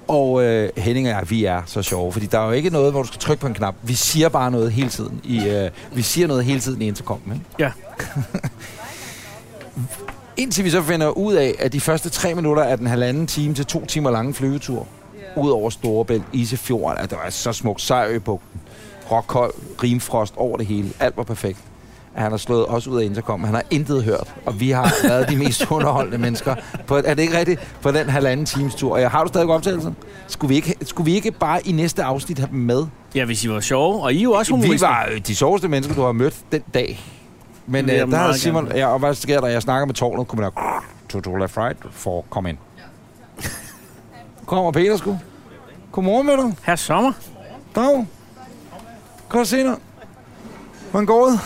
Og øh, Henning og jeg, vi er så sjove, fordi der er jo ikke noget, hvor du skal trykke på en knap. Vi siger bare noget hele tiden. I, øh, vi siger noget hele tiden i intercom, ikke?
Ja.
Indtil vi så finder ud af, at de første tre minutter af den halvanden time til to timer lange flyvetur, ud over Storebælt, Isefjorden, at det var så smukt, Sejrøbugten, Rockhold, Rimfrost over det hele, alt var perfekt. At han har slået os ud af intercom, han har intet hørt, og vi har været de mest underholdende mennesker. På, er det ikke rigtigt? På den halvanden times tur. Og jeg har du stadig optagelsen? Skulle vi, ikke, skulle vi ikke bare i næste afsnit have dem med?
ja, hvis I var sjove, og I er jo også
Vi
humorister.
var øh, de sjoveste mennesker, du har mødt den dag. Men
Det vil jeg
øh, der havde
meget
Simon...
gerne.
Ja, og hvad sker der? Jeg snakker med tårnet, kommer der... Total fried for kom ind. Kommer Peter sgu. Godmorgen med dig.
Her sommer.
Dag. Godt se dig. Hvordan går det?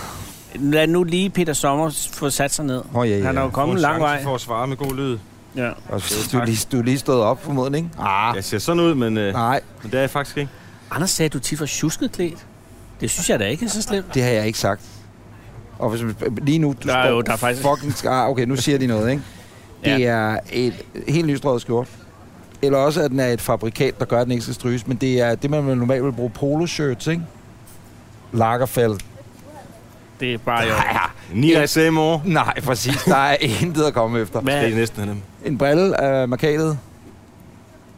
Lad nu lige Peter Sommer få sat sig ned.
Åh, ja, ja.
Han er jo kommet en lang vej.
for at svare med god lyd.
Ja.
Og du, er lige, du er lige stået op formodentlig, ikke? Ah,
Jeg ser sådan ud, men, øh,
nej.
men det er jeg faktisk ikke.
Anders sagde, at du tit var tjusket klædt. Det synes jeg da ikke er så slemt.
Det har jeg ikke sagt. Og hvis, lige nu, du
Der er
står
jo- der er faktisk-
fucking... Ah, okay, nu siger de noget, ikke? Det
Ja.
er et helt lystrøget skjort. Eller også, at den er et fabrikat, der gør, at den ikke skal stryges. Men det er det, man vil normalt vil bruge polo-shirts, ikke? Lagerfeld.
Det er bare jo...
Ni af samme år.
Nej, præcis. Der er intet at komme efter.
Det er
Hvad?
næsten af dem.
En brille af markadet.
Nu er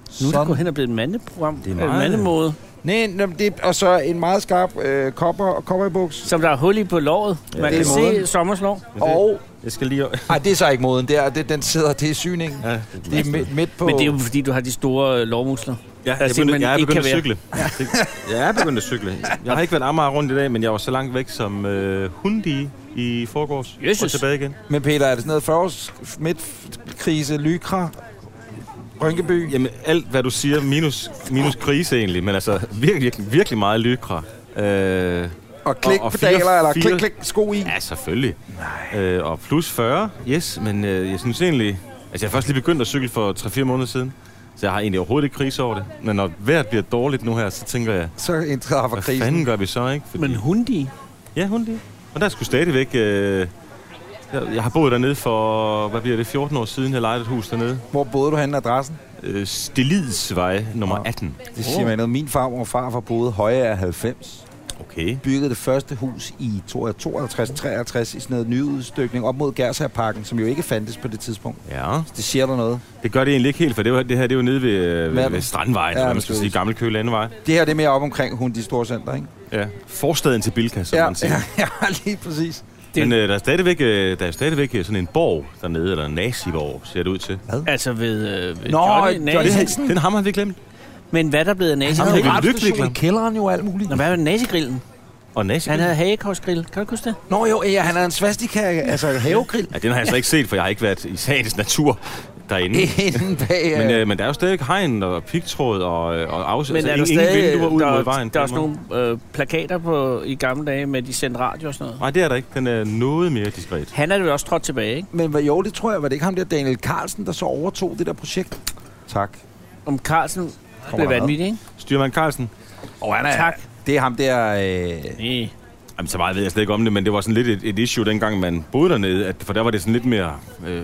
det
Sådan.
gået hen og blevet et mandeprogram. Øh, Det
er
er
meget-
meget... mandemode,
Nej, nå, men det, og så en meget skarp øh, kopper og kopperbuks.
som der er hul i på låret. Man
det
kan
er moden.
se sommerslov.
Men det-
Og...
Jeg skal lige...
Ej, det er så ikke moden. Det er, det, den sidder, det er syningen.
Ja,
Det er midt, midt på...
Men det er jo fordi, du har de store øh, lårmuskler.
Ja, jeg,
simpelthen
begyndte, jeg er
ikke
begyndt
kan være.
at cykle. Det- Jeg er begyndt at cykle. Jeg har ikke været Amager rundt i dag, men jeg var så langt væk som øh, Hundi i forgårs. Og
Jesus.
tilbage igen.
Men Peter, er det sådan noget 40 års midtkrise, lykra, Rynkeby?
Jamen, alt hvad du siger, minus, minus krise egentlig, men altså virkelig, virkelig, virkelig meget lykra. Øh,
Og klik
Og- og fire-
pedaler, eller klik,
fire-
klik, sko i?
ja, selvfølgelig. Øh, og plus 40, yes, men øh, jeg synes egentlig... Altså, jeg har først lige begyndt at cykle for 3-4 måneder siden, så jeg har egentlig overhovedet ikke krise over det. Men når vejret bliver dårligt nu her, så tænker jeg,
Så indtræffer
hvad
krisen.
fanden gør vi så, ikke? Fordi,
Men hundi.
Ja, hun lige. Og der skulle stadigvæk... Øh, jeg, jeg har boet dernede for, hvad bliver det, 14 år siden, jeg lejede et hus dernede.
Hvor boede du henne adressen?
Øh, Stelidsvej nummer
Nå.
18.
Det siger man noget. Min farmor og farfar boede høje af 90.
Okay.
Byggede det første hus i 52-53 i sådan noget nyudstykning op mod Gershærparken, som jo ikke fandtes på det tidspunkt.
Ja,
Det siger der noget.
det gør det egentlig ikke helt, for det, var, det her det er jo nede ved, øh, ved,
Hvad?
ved Strandvejen,
Ja,
ja, eller hvad man
men
skal
det er
sige,
vist.
Gammel Køge Landevej.
Det her det er mere op omkring Hundi Storcenter, ikke?
Ja. Forstaden til Bilka, som
Ja,
man siger.
ja, ja, lige præcis.
Men øh, der, er stadigvæk, øh, der er stadigvæk øh, sådan en borg dernede, eller en naziborg, ser det ud til.
Altså ved, øh, ved
Nå,
Johnny,
Johnny
Nazi.
Hansen.
Den hammer har vi glemt.
Men hvad er der blevet nazi?
Han er jo
en
ikke
radiostation
lykkelig,
i kælderen jo og alt muligt.
Nå, hvad var det nazigrillen?
Og nazi.
Han havde hagekorsgrill. Kan du ikke huske det?
Nå jo, ja, han er en svastika, altså havegrill.
Ja, den har jeg så ikke set, for jeg har ikke været i sagens natur derinde.
Inden bag...
Men,
øh,
øh, men der er jo stadigvæk hegn og pigtråd og, øh, og afs-
Men er der
ingen
stadig,
vinduer ud
der,
mod vejen.
der er
på
også
den måde.
nogle øh, plakater på, i gamle dage med, at de sendte radio og sådan noget.
Nej, det er der ikke. Den er noget mere diskret.
Han er jo også trådt tilbage, ikke?
Men hvad- jo, det tror jeg, var det ikke ham der Daniel Carlsen, der så overtog det der projekt? Tak.
Om Carlsen blev
der mad?
vanvittig, ikke?
Styrmand Carlsen.
Og han
Tak.
Det er ham der... Øh,
Nej.
Jamen, så meget ved jeg slet ikke om det, men det var sådan lidt et, et issue, dengang man boede dernede. At, for der var det sådan lidt mere... Øh,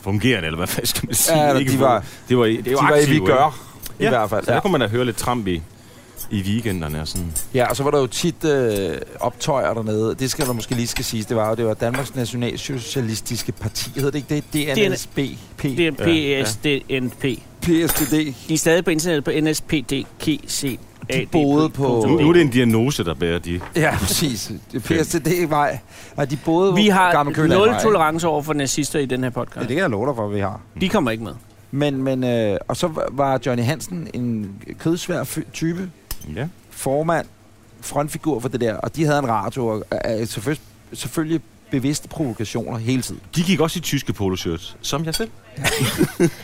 fungerende, eller hvad fanden skal man sige?
Ja, eller de var-
det var, i- det
de
var,
var i
aktive,
Vi
ikke?
Gør,
ja.
i hvert fald.
Så der
Ja.
kunne man da høre lidt tramp i, i weekenderne og sådan.
ja, og så var der jo tit øh, optøjer dernede. Det skal der måske lige skal siges. Det var jo det var Danmarks Nationalsocialistiske Parti. Hedder det ikke det? DNSB. P.
Det er PSDNP.
PSDD.
De er stadig på internettet på nspdkc.
De boede på...
Nu, nu er det en diagnose, der bærer de.
Ja, præcis. PSDD-vej. Nej, de boede
Vi har
Gammel Køland.
nul tolerance over for nazister i den her
Ja,
podcast.
det kan jeg love dig for, at vi har.
De kommer ikke med.
Men, men, øh, og så var Johnny Hansen en kødsvær fy- type,
Ja.
formand, frontfigur for det der, og de havde en radio, og øh, øh, selvfølgelig, selvfølgelig bevidste provokationer hele tiden.
De gik også i tyske poloshirts, som jeg selv.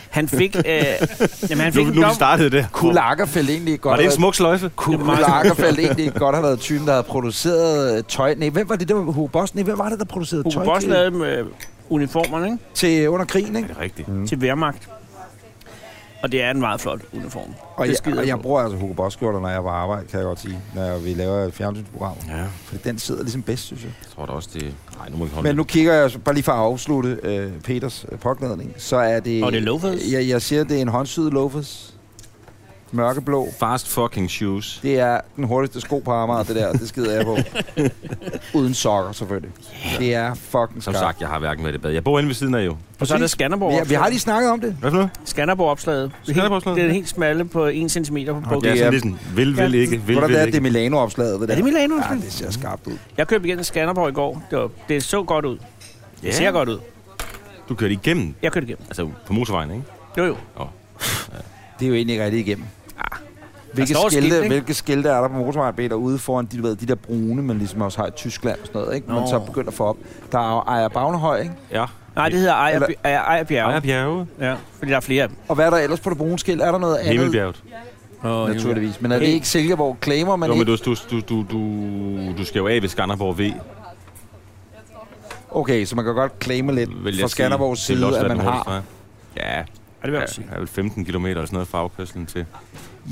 Han fik, øh, jamen, han fik
Nu,
en
nu vi
dom.
startede det.
Kunne Lagerfeldt egentlig godt
Var det en
have været-
smuk sløjfe?
kunne
meget-
Lagerfeldt egentlig godt have været typen, der havde produceret øh, tøj? Nej, hvem var det der? var Hugo Boss? Nej, hvem var det, der producerede
Hugo
tøj
Boss
til,
lavede dem, øh, uniformerne ikke?
til under krigen? Ikke?
Det er rigtigt.
Mm.
til Wehrmacht. Og det er en meget flot uniform.
Og,
det
jeg,
skider
og jeg
på.
bruger altså Hugo Boss skjorter, når jeg er på arbejde, kan jeg godt sige. Når vi laver et fjernsynsprogram.
Ja,
Fordi den sidder ligesom bedst, synes jeg.
jeg tror da også, det... Nej, nu må vi holde
Men
Men
nu kigger jeg, så- bare lige for at afslutte øh, Peters øh, påklædning, så er det...
Og det er loafers.
Jeg, jeg siger, det er en håndsyet loafers. Mørkeblå.
Fast fucking shoes.
Det er den hurtigste sko på Amager, det der. Det skider jeg på. Uden sokker, selvfølgelig. Det er fucking
Som
skarpt.
sagt, jeg har hverken været i bad. Jeg bor inde ved siden af jo.
Og så er der
Præcis.
Skanderborg.
Vi, vi har lige snakket om det.
Hvad for noget?
Skanderborg-opslaget. Det er helt-
Skanderborg-opslaget?
Det er helt smalle på 1 cm på
Det
bukken.
er
det er-
sådan lidt sådan, vil, vil
Ja.
ikke, vil,
Hvordan
vil
er det
ikke.
er Milano-opslaget, det der?
Er det Milano?
Ja, det ser skarpt ud.
Jeg købte igen til Skanderborg i går. Det, var, det så godt ud. Det
Ja.
ser godt ud.
Du kørte igennem,
Jeg købte igennem.
altså på motorvejen, ikke?
Jo jo.
Det er jo egentlig ikke rigtig igennem. Hvilke
Ah. står et
skilte,
skilt, ikke?
hvilke skilte er der på motorvejen Peter, ude foran de, du ved, de der brune, man ligesom også har i Tyskland og sådan noget, ikke? Man
Nå.
så begynder at få op. Der er jo Ejer Bagnehøj, ikke?
Ja.
Nej, det hedder Ejer-
Eller-
Ejer- Ejerbjerge.
Ejer bjerge.
Ja, fordi der er flere af dem.
Og hvad er der ellers på det brune skilt? Er der noget andet?
Himmelbjerget.
Naturligvis. Men er det ikke Silkeborg Claimer, man
Jo, men
ikke...
du, du, du, du, du, du skal jo af ved Skanderborg V.
Okay, så man kan godt claime lidt
vil jeg
fra
sige.
Skanderborgs
Det vil
side,
også
at
være
man
den
har.
hurtigste vej. Ja,
Ja, det vil jeg også
ja,
sige.
der er vel 15 km eller sådan noget fra afkørslen til.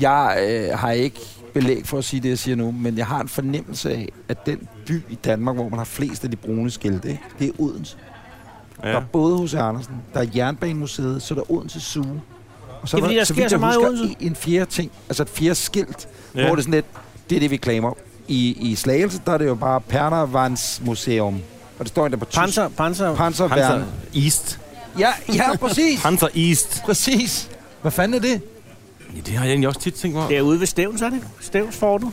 Jeg øh, har ikke belæg for at sige det, jeg siger nu, men jeg har en fornemmelse af, at den by i Danmark, hvor man har flest af de brune skilte, ikke? det er Odense. Ja. Der
Ja.
er både hos Andersen, der er Jernbanemuseet, så er der Odense Zoo. Og så
Det er fordi, der sker
vidt
så
jeg
meget i
husker,
Odense.
En fjerde ting, altså et fjerde skilt, ja.
Ja.
hvor det er sådan lidt, det er det, vi klamer. I, I Slagelse, der er det jo bare Pernervans Museum. Og det står endda på tysk.
Panser, panser.
Panserværn.
Panzer East.
Ja, ja, præcis.
Panzer East.
præcis. Hvad fanden er det?
Ja, det har jeg egentlig også tit tænkt mig.
Det er ude ved Stævns, er det? Stævns får du?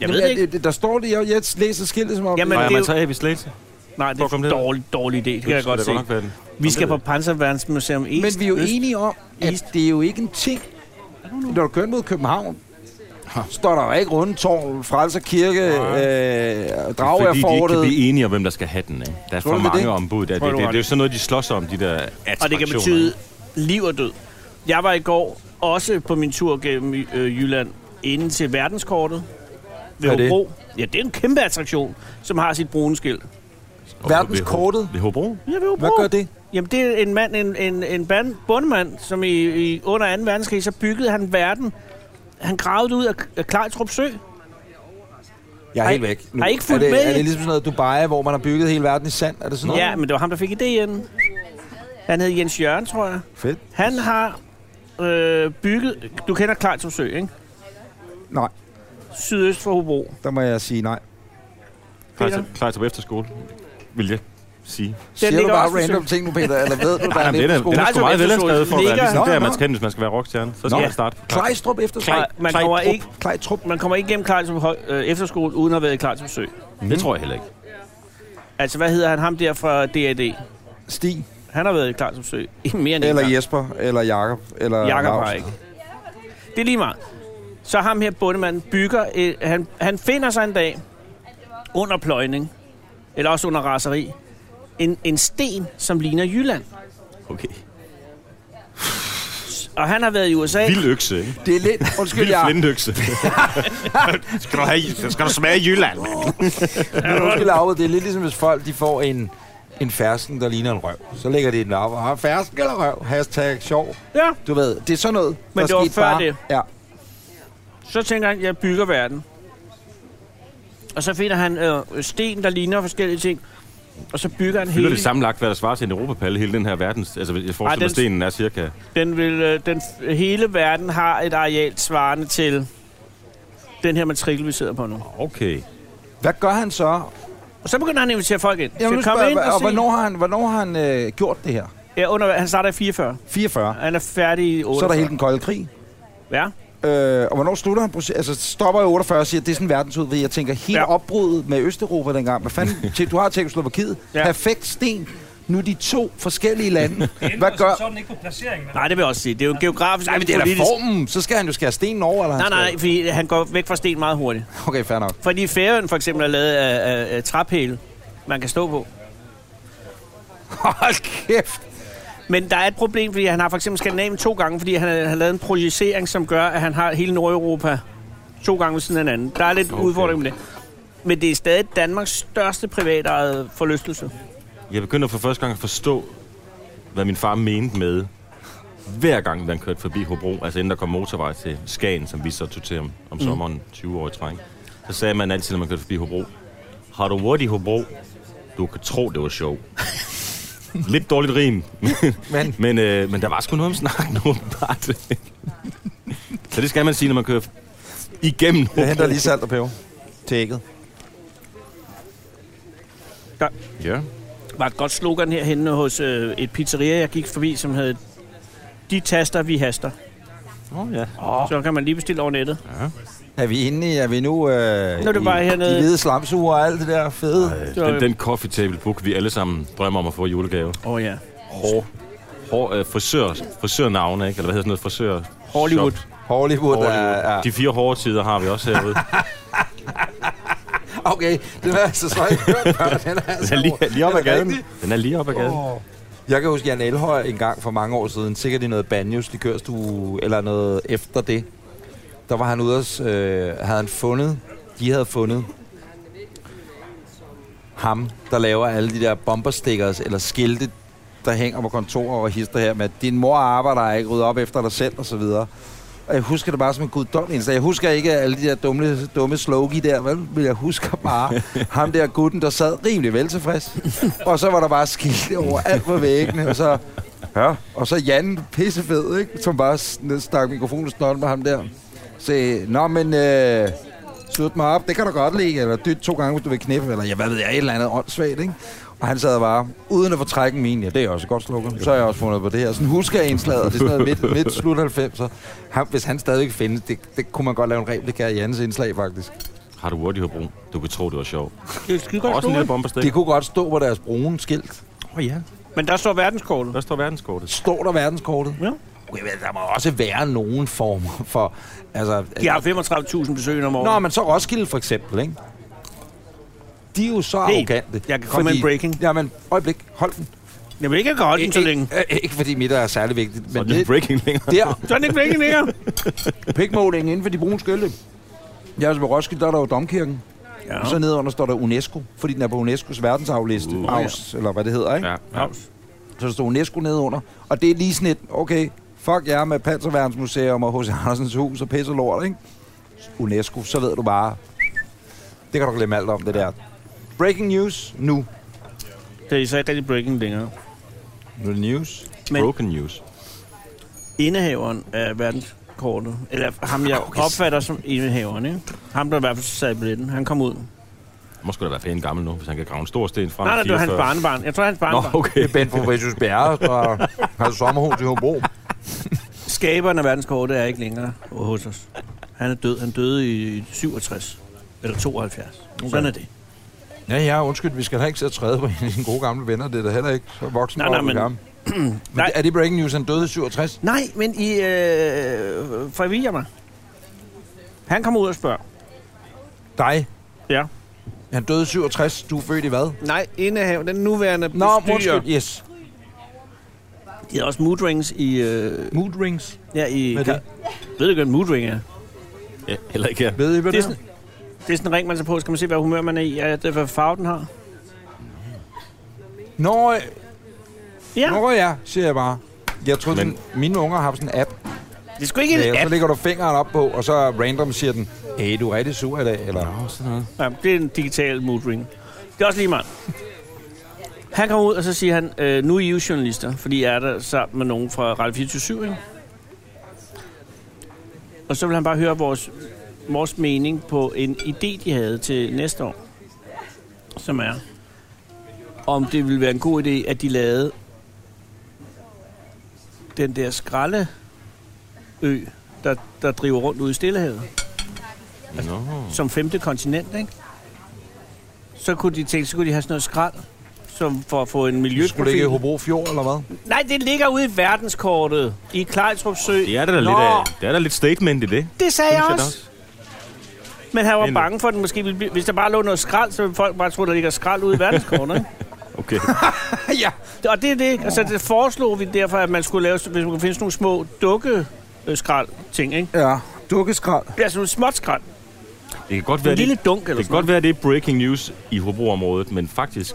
Jeg ved det ikke.
Der står det, jeg, jeg læser skiltet som om...
Jamen,
det,
Var
det er
man
jo-
så af ved Slagelse?
Nej, det
Hvor
er
kom
en
det her?
dårlig, dårlig idé. Det kan jeg godt se.
nok være den.
Vi skal på Panserværnsmuseum East.
men vi er jo
Øst.
enige om, at det er jo ikke en ting. Når du kører mod København, står der jo ikke Rundetårn, Frelser Kirke, øh,
Fordi de ikke kan
Dragørfortet.
blive enige om, hvem der skal have den. Ikke? Der er
Tror
for
du, det er
mange
det?
ombud. Der. Det,
Tror
det,
du,
det,
ret.
er jo sådan noget, de slås om, de der attraktioner.
Og det kan betyde liv og død. Jeg var i går også på min tur gennem øh, Jylland inden til verdenskortet ved
Hvad er det?
Hobro. Ja, det er en kæmpe attraktion, som har sit brune skilt.
Og ved-
Verdenskortet.
Ved Hobro.
Ja, ved Hobro.
Hvad gør det?
Jamen, det er en mand, en, en, en band, bundmand, som i, i under 2. verdenskrig, så byggede han verden. Han gravede det ud af, af Klejtrup Sø.
Jeg er
Har
helt
I-
væk.
har I ikke fulgt
er det,
med
Er
i-
det ligesom sådan noget Dubai, hvor man har bygget hele verden i sand? Er det sådan noget?
Ja, men det var ham, der fik idéen. Han hed Jens Jørgen, tror jeg.
Fedt.
Han har øh, bygget... Du kender Klejtrup Sø, ikke?
Nej,
Sydøst for Hobro.
der må jeg sige nej.
Klejser- Klejser på efterskole, vil jeg sige.
Siger du
ligger
bare
også i
random ting nu, Peter? Eller ved du, der er
Nej,
en
men den er,
efterskole?
den er
Nej,
sgu
så
meget
Vestersø
velanskrevet for at være
ligger-
ligesom
Nå,
der,
nå.
man skal, hvis man skal være rockstjerne. Så skal
Nå.
man starte på Klejser.
Klejstrup efterskole?
Og man, kommer ikke,
Klej Trup.
man kommer ikke igennem Klejtrup Høj- øh, Efterskole, uden at have været i Klejtrup Sø.
Det tror jeg heller ikke.
Altså, hvad hedder han? Ham der fra DAD.
Stig.
Han har været i Klejtrup Sø i mere end en
Eller
gang.
Jesper. Eller Jakob. Eller
Jakob har
Laust.
ikke. Det er lige meget. Så ham her bundemanden bygger... Øh, han, han finder sig en dag under pløjning, eller også under raseri, en, en sten, som ligner Jylland.
Okay.
Og han har været i USA.
Vild økse, ikke?
Det er lidt... Undskyld,
Vild
jeg,
flintøkse. skal, du have, skal du smage Jylland?
undskyld Arved, det er lidt ligesom, hvis folk de får en, en fersken, der ligner en røv. Så lægger de den op og har fersken eller røv. Hashtag sjov.
Ja,
Du ved, det er sådan noget.
Men
der
det var
skete
før
bare.
det.
Ja.
så tænker han, jeg bygger verden. Og så finder han øh, sten, der ligner forskellige ting. Og så bygger han
Fylder
hele...
det sammenlagt, hvad der svarer til en europapalle, hele den her verdens... Altså, jeg
Ej,
forestiller
den-
mig, stenen er cirka...
Den vil, øh, den, f- hele verden har et areal svarende til den her matrikel, vi sidder på nu.
Okay.
Hvad gør han så?
Og så begynder han at invitere folk ind.
Jeg
Skal
vil
komme
spørge,
ind
og,
og,
og
se?
hvornår har han, hvornår har han øh, gjort det her?
Ja, under, han starter i 44.
44.
Han er færdig i 48.
Så er der hele den kolde krig.
Ja.
Øh, og hvornår slutter han? proce- Altså stopper i 48 og siger, at det er sådan verdensudvid. Jeg tænker, helt ja.
Ja.
opbruddet med Østeuropa dengang. Hvad fanden? Tjek- du har Tjekkoslovakiet. Ja.
Ja.
Perfekt sten. Nu er de to forskellige lande. Hvad
ændrer sig
gør...
sådan ikke på placeringen.
Nej, det vil jeg også sige. Det er jo geografisk
Nej, men det er da formen. Så skal han jo skære stenen over, eller
Nej,
han
nej, fordi han går væk fra sten meget hurtigt.
skal... Okay, fair nok.
Fordi Færøen for eksempel er lavet af, af, af træpæle, man kan stå på.
Hold kæft!
Men der er et problem, fordi han har for eksempel Skandinavien to gange, fordi han har lavet en projicering, som gør, at han har hele Nordeuropa to gange ved siden af hinanden. Der er lidt okay.
Okay.
udfordring med det. Men det er stadig Danmarks største privatejede forlystelse.
Jeg begynder for første gang at forstå, hvad min far mente med, hver gang man kørte forbi Hobro, altså inden der kom motorvej til Skagen, som vi så tog til om, om sommeren, 20 år i træk, så sagde man altid, når man kørte forbi Hobro, har du været i Hobro? Du kan tro, det var sjov. Lidt dårligt rim,
Men
men, øh, men der var sgu noget om snakken åbenbart. så det skal man sige, når man kører igennem Hobro.
jeg henter lige salt og peber til ægget.
Ja.
var et godt slogan herhenne hos øh, et pizzeria, jeg gik forbi, som hed De taster, vi haster.
Oh, ja.
Oh. Så kan man lige bestille over nettet.
Er vi inde i, er vi nu, øh,
Nu er det
i
bare hernede.
de hvide slamsuger og alt det der fede?
var-
Den, den coffee table book, vi alle sammen drømmer om at få i julegave.
Åh oh, ja.
Hår. Hår, øh, frisør, frisørnavne, ikke? Eller hvad hedder sådan noget? Frisør...
Hollywood.
Shop.
Hollywood, Hollywood. Er,
Hollywood.
er.
De fire hårde tider har vi også herude.
Okay, den er altså så ikke hørt før. Den er
Den
altså
er lige, lige op
Er
ad
det
gaden.
rigtigt?
Den er lige op ad gaden.
Åh. Jeg kan huske, at Jan Elhøj en gang for mange år siden, sikkert i noget Banjos likørstue, eller noget efter det, der var han ude og øh, havde han fundet, de havde fundet ham, der laver alle de der bomberstickers eller skilte, der hænger på kontorer og hister her med, at din mor arbejder og ikke rydder op efter dig selv og så videre. Og jeg husker det bare som en guddommelig indsats. Jeg husker ikke alle de der dumme, dumme slogi der, vel? Men jeg husker bare ham der gutten, der sad rimelig vel tilfreds. Og så var der bare skilte over alt på væggene, og så... Ja. Og så Jan, pissefed, ikke? Som bare sn- stak mikrofonen i snotten på ham der. Så, nå, men... Øh, slut mig op, det kan du godt lide, eller dyt to gange, hvis du vil knippe, eller ja, hvad ved jeg, et eller andet åndssvagt, ikke? Og han sad bare, uden at få trækken min, ja, det er også et godt slogan. Så har jeg også fundet på det her. Sådan husker jeg en slag, det er sådan noget midt, midt slut 90'er. Han, hvis han stadigvæk findes, det, det kunne man godt lave en replika af Jans indslag, faktisk.
Har du Word i Hobro? Du kan tro, det var sjovt.
Det er et skide godt
Også en lille
slogan.
bomberstik.
Det kunne godt stå på deres brune skilt.
Åh oh, ja.
Men der står verdenskortet.
Der står verdenskortet.
Står der verdenskortet?
Ja.
Okay, men der må også være nogen form for... Altså,
De har 35.000 besøgende om året.
Nå, men så Roskilde for eksempel, ikke? De er jo så
Hey,
arrogante.
jeg kan komme med en breaking.
Jamen, øjeblik, hold den.
Jeg vil ikke have holdt den så længe.
Ikke, øh, ikke fordi mit er særlig vigtigt,
Men
men
det er
det,
breaking længere.
der
Så er den ikke længe længere.
pikmålingen inden for de brune skilte. Ja, altså på Roskilde, der er der jo Domkirken. Ja. Og så nedenunder står der UNESCO, fordi den er på UNESCO's verdensarvliste. Uh, Aus, eller hvad det hedder, ikke?
Ja,
Ja.
ja.
Så der står UNESCO nedenunder. Og det er lige sådan et, okay, fuck jer med Panserværnsmuseum og H.C. Andersens hus og pisse og lort, ikke? UNESCO, så ved du bare. Det kan du glemme alt om, det der. Breaking news nu.
Det er så ikke rigtig breaking længere.
Nu er det news.
Men-
Broken news.
Indehaveren af verdenskortet, eller ham jeg opfatter som indehaveren, ikke? Ham der i hvert fald sad i billetten, han kom ud.
Måske da være pænt gammel nu, hvis han kan grave en stor sten frem.
Nej, nej, det var hans
44.
barnebarn. Jeg tror, hans barnebarn.
Nå, okay.
Det er Ben Fabricius Bjerre, der har sommerhus i Hobro.
Skaberen af verdenskortet er ikke længere hos os. Han er død. Han døde i 67. Eller 72. Okay. Sådan er det.
Ja, ja, undskyld, vi skal da ikke sidde og træde på dine gode gamle venner. Det er da heller ikke så voksen
Nej, nej,
over
men-
ved ham. men...
Nej.
Er det breaking news, han døde i 67?
Nej, men I øh, forvirrer mig. Han kommer ud og spørger.
Dig?
Ja.
Han døde i 67. Du er født i hvad?
Nej, indehav, den nuværende
Nå,
bestyrer.
undskyld, yes.
De havde også mood rings i... Øh,
Mood rings.
ja, i
Hvad er det?
Ved du ikke, hvad en mood ring er?
Ja, heller ikke her.
Ved I, hvad
Det er,
det er?
sådan, det er sådan en ring, man tager på. Skal man se, hvad humør man er i? Ja, det er, hvad farve den har.
Nå, øh,
Ja,
nå ja, siger jeg bare. Jeg troede,
Men-
men... mine unger har sådan en app.
det er sgu ikke en
Ja, så
app.
lægger du fingeren op på, og så random siger den, hey, du er rigtig sur i dag, eller...
Nå, sådan noget.
Ja, det er en digital mood ring. Det er også lige meget. Han kommer ud, og så siger han, øh, nu er I jo journalister, fordi jeg er der sammen med nogen fra Radio 24 ikke? Og så vil han bare høre vores, vores mening på en idé, de havde til næste år, som er, om det ville være en god idé, at de lavede den der skraldeø, der, der driver rundt ude i Stillehavet
Nå.
som femte kontinent, ikke? Så kunne de tænke, så kunne de have sådan noget skrald, som for at få en
Du skulle ligge i
miljøprofil.
Hobro Fjord, eller hvad?
Nej, det ligger ude i verdenskortet, i Klejtrup Sø.
Det er der da lidt,
Nå,
af, det er der lidt statement i det.
det sagde jeg
synes da
også. Men han var
Egentlig.
bange for, at den måske ville blive... Hvis der bare lå noget skrald, så ville folk bare tro, der ligger skrald ude i verdenskortet, ikke?
Okay.
ja.
Og det er det. Altså, det foreslog vi derfor, at man skulle lave, hvis man kunne finde sådan nogle små dukkeskrald-ting, ikke?
Ja, dukkeskrald.
Ja, sådan nogle småt skrald.
Det kan godt være,
En
det,
lille
det
dunk eller
kan
sådan noget.
godt være, det er breaking news i Hobro-området, men faktisk,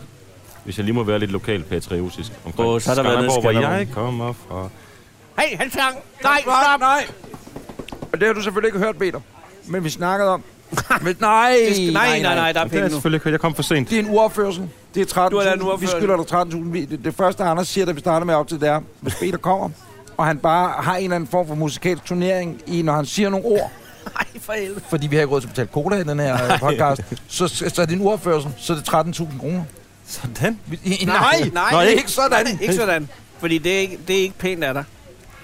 hvis jeg lige må være lidt lokal patriotisk omkring
Åh, så har der været noget
Skanderborg, hvor
Skanderborg.
jeg kommer fra.
Hey, han sang! Nej,
Nej,
stop!
nej. Og det har du selvfølgelig ikke hørt, Peter. Men vi snakkede om... Men nej,
Det skal- Nej, nej, nej, der er
Det er
penge nu.
selvfølgelig ikke- jeg kom for sent.
Det er en uopførsel. Det er 13
Du har lavet en
Vi
uopførsel.
skylder dig 13.000. Vi- Det, det første, Anders siger, da vi starter med op til, det er, hvis Peter kommer, og han bare har en eller anden form for musikalsk turnering, i, når han siger nogle ord,
Nej, for helvede.
fordi vi har ikke råd til at betale cola i den her øh, podcast, så, så, så er det en uopførsel, så er det 13.000 kroner.
Sådan.
Vi- i- Nej, nej, nej, ikke sådan.
Nej, ikke sådan. Fordi det er ikke, det er ikke pænt af dig.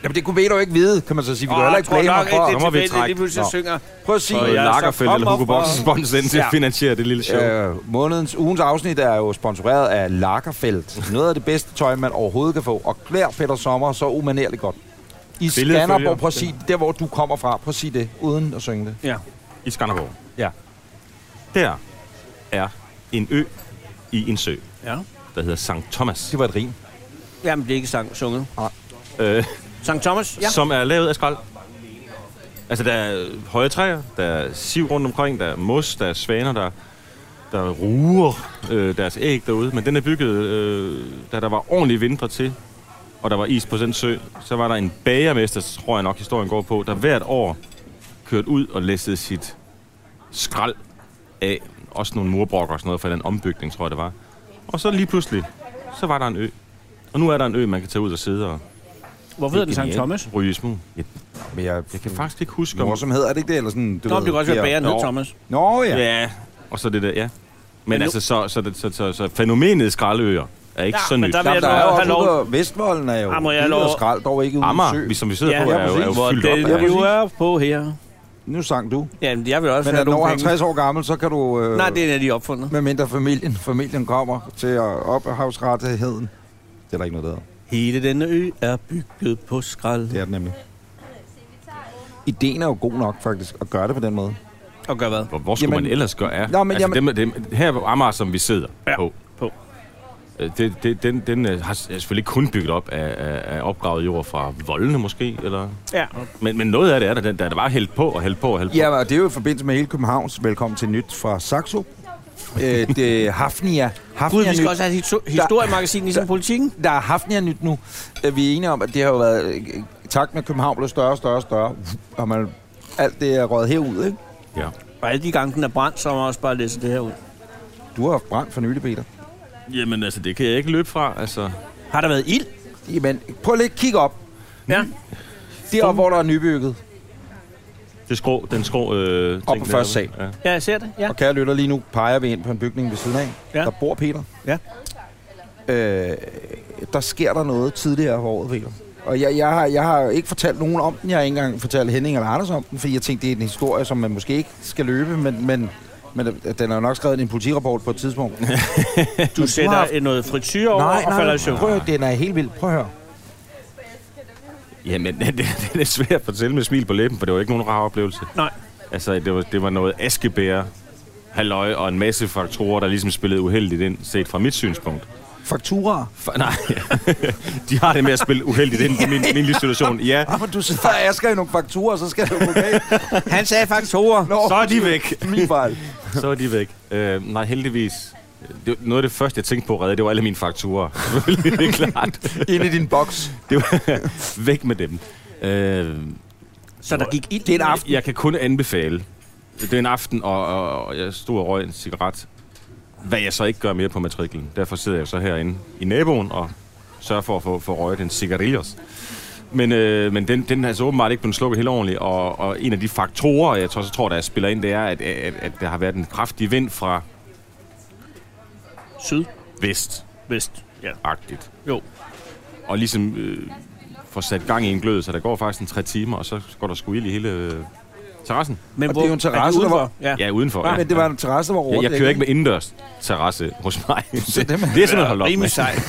Jamen, det kunne Peter jo ikke vide, kan man så sige. Vi kan
Åh,
jo heller
jeg
ikke
tror
blame ham
nok ikke,
for.
det
Nå,
er
må vi
tilfældigt,
trække.
lige pludselig
Nå.
synger.
Prøv at sige,
Og Lagerfeldt eller Hugo Boss spons ind til at
Ja.
finansiere det lille show.
Øh, månedens ugens afsnit er jo sponsoreret af Lagerfeldt. Noget af det bedste tøj, man overhovedet kan få. Og klær Peter Sommer så umanerligt godt. I
Billedet følger.
Skanderborg, prøv at sige, der hvor du kommer fra, prøv at sige det, uden at synge det.
Ja.
I Skanderborg.
Ja.
Der er en ø i en sø,
Ja.
der hedder St. Thomas,
Det var et rim.
Jamen, det er ikke sang, sunget.
øh,
Sankt Thomas?
ja.
Ja.
som er lavet af skrald. Altså, der er høje træer, der er siv rundt omkring, der er mos, der er svaner, der, der ruger øh, deres æg derude. Men den er bygget, øh, da der var ordentlige vintre til, og der var is på den sø, så var der en bagermester, tror jeg nok historien går på, der hvert år kørte ud og læssede sit skrald af. Også nogle murbrokker og sådan noget fra den ombygning, tror jeg det var. Og så lige pludselig, så var der en ø. Og nu er der en ø, man kan tage ud og sidde og...
Hvorfor hedder den Sankt Thomas?
Ryge i smug. Ja,
Men jeg,
jeg kan faktisk ikke huske om...
Morsomhed, er det ikke det? Eller sådan,
Mm.
du
Nå, men det kan også være
de her-
bageren hed
Nå.
Thomas.
Nå ja. ja.
Ja, og så det der, ja. Men,
Men
men
nu-
altså, så, så, så, så, så, så fænomenet skraldeøer er ikke
Ja,
så
men
nyt.
der vil
Jamen,
jeg
der
dog
er jo
have
også
lov.
ude, og Vestvolden er jo
Ah, må jeg
bygget
lov-
af skrald, dog ikke uden
Amager,
sø.
vi, som vi sidder
Ja,
på,
ja,
er jo, er jo
præcis.
fyldt op.
Ja,
af-
præcis.
du er på her.
Nu sang du.
Jamen, jeg vil også
Men er
have
du over
nogle penge.
50 år gammel, så kan du... Øh,
Nej, det er de opfundet.
Med mindre familien, familien kommer til at ophavsrettigheden. Det er der ikke noget, der hedder.
Hele denne ø er bygget på skrald.
Det er det nemlig. Ideen er jo god nok, faktisk, at gøre det på den måde.
Og gør hvad?
Altså, Hvor, hvor skulle
Jamen-
jamen, man ellers gøre af?
Nå, men
altså, dem, dem, her på Amager, som vi sidder
Ja,
på,
på.
øh, Det, det, den, den øh, har s- er selvfølgelig ikke kun bygget op af, af, af opgravet jord fra voldene måske, eller...
Ja.
Men, men noget af det er der, den- der er bare hældt på og hældt på og hældt på.
Ja, og det er jo i forbindelse med hele Københavns Velkommen til Nyt fra Saxo. Øh, det er Hafnia. Hafnia
Gud, vi skal
Nyt.
også have et histo- historiemagasin, ligesom politikken.
Der er Hafnia Nyt nu. Øh, Vi er enige om, at det har jo været... øh, i Takt med at København blev større og større og større. Og man, alt det er røget herud, ikke?
ja.
Og alle de gange, den er brændt, så må jeg også bare læse det her ud.
Du har haft brand for nylig, Peter.
Jamen altså, det kan jeg ikke løbe fra. Altså,
Har der været ild?
Jamen, prøv lige at kigge op.
Ja.
Deroppe, hvor der er nybygget.
det skrå, den skrå... Øh, ting
på første
deroppe. Ja.
Ja, jeg ser det. Ja.
Og kære lytter, lige nu peger vi ind på en bygning ved siden af.
Ja.
Der bor Peter.
Ja.
Øh, der sker der noget tidligere på året, Peter. Og jeg, jeg, har, jeg har ikke fortalt nogen om den. Jeg har ikke engang fortalt Henning eller Anders om den, fordi jeg tænkte, det er en historie, som man måske ikke skal løbe, men, men, men øh, den er jo nok skrevet i en politirapport på et tidspunkt. nej,
Du sætter
haft-
et noget frityr over og falder i søvn.
prøv at høre, den er helt vild. Prøv at høre.
Jamen, det, det, det er svært at fortælle med smil på læben, for det var ikke nogen rar oplevelse.
Nej.
Altså, det var, det var noget askebær, halløj og en masse faktorer, der ligesom spillede uheldigt ind, set fra mit synspunkt.
Fakturer.
For, nej, de har det med at spille uheldigt ind i min, min lille situation. Ja,
Ah, men du sidder og asker i nogle fakturer, så skal du okay.
Han sagde faktisk hoveder.
Nå,
så er de væk.
min fejl.
Så er de væk. Øh, nej, heldigvis. Det, var noget af det første, jeg tænkte på at redde, det var alle mine fakturer. Selvfølgelig, det er klart.
Ind i din boks.
Det var, væk med dem. Øh,
Så der gik ild.
Det er en aften.
Jeg kan kun anbefale. Det er en aften, og, og, og jeg stod og røg en cigaret. Hvad jeg så ikke gør mere på matriklen. Derfor sidder jeg så herinde i naboen og sørger for at få, få røget en cigarillos. Men, øh, men den, den er altså åbenbart ikke blevet slukket helt ordentligt, og, og en af de faktorer, jeg tror, så tror, der spiller ind, det er, at, at, at der har været en kraftig vind fra
Syd.
vest
Vest. Ja.
agtigt
Jo.
Og ligesom øh, får sat gang i en glød, så der går faktisk en tre timer, og så går der sgu ild i hele øh, terrassen.
Men
Og det er jo en terrasse,
er det
der var-
udenfor? Ja.
Ja, udenfor.
Men det var en terrasse, der var
Jeg,
overdækket.
jeg kører ikke med indendørs terrasse hos mig. Det, det er
dem er-
simpelthen holdt op med.
Rimelig sejt.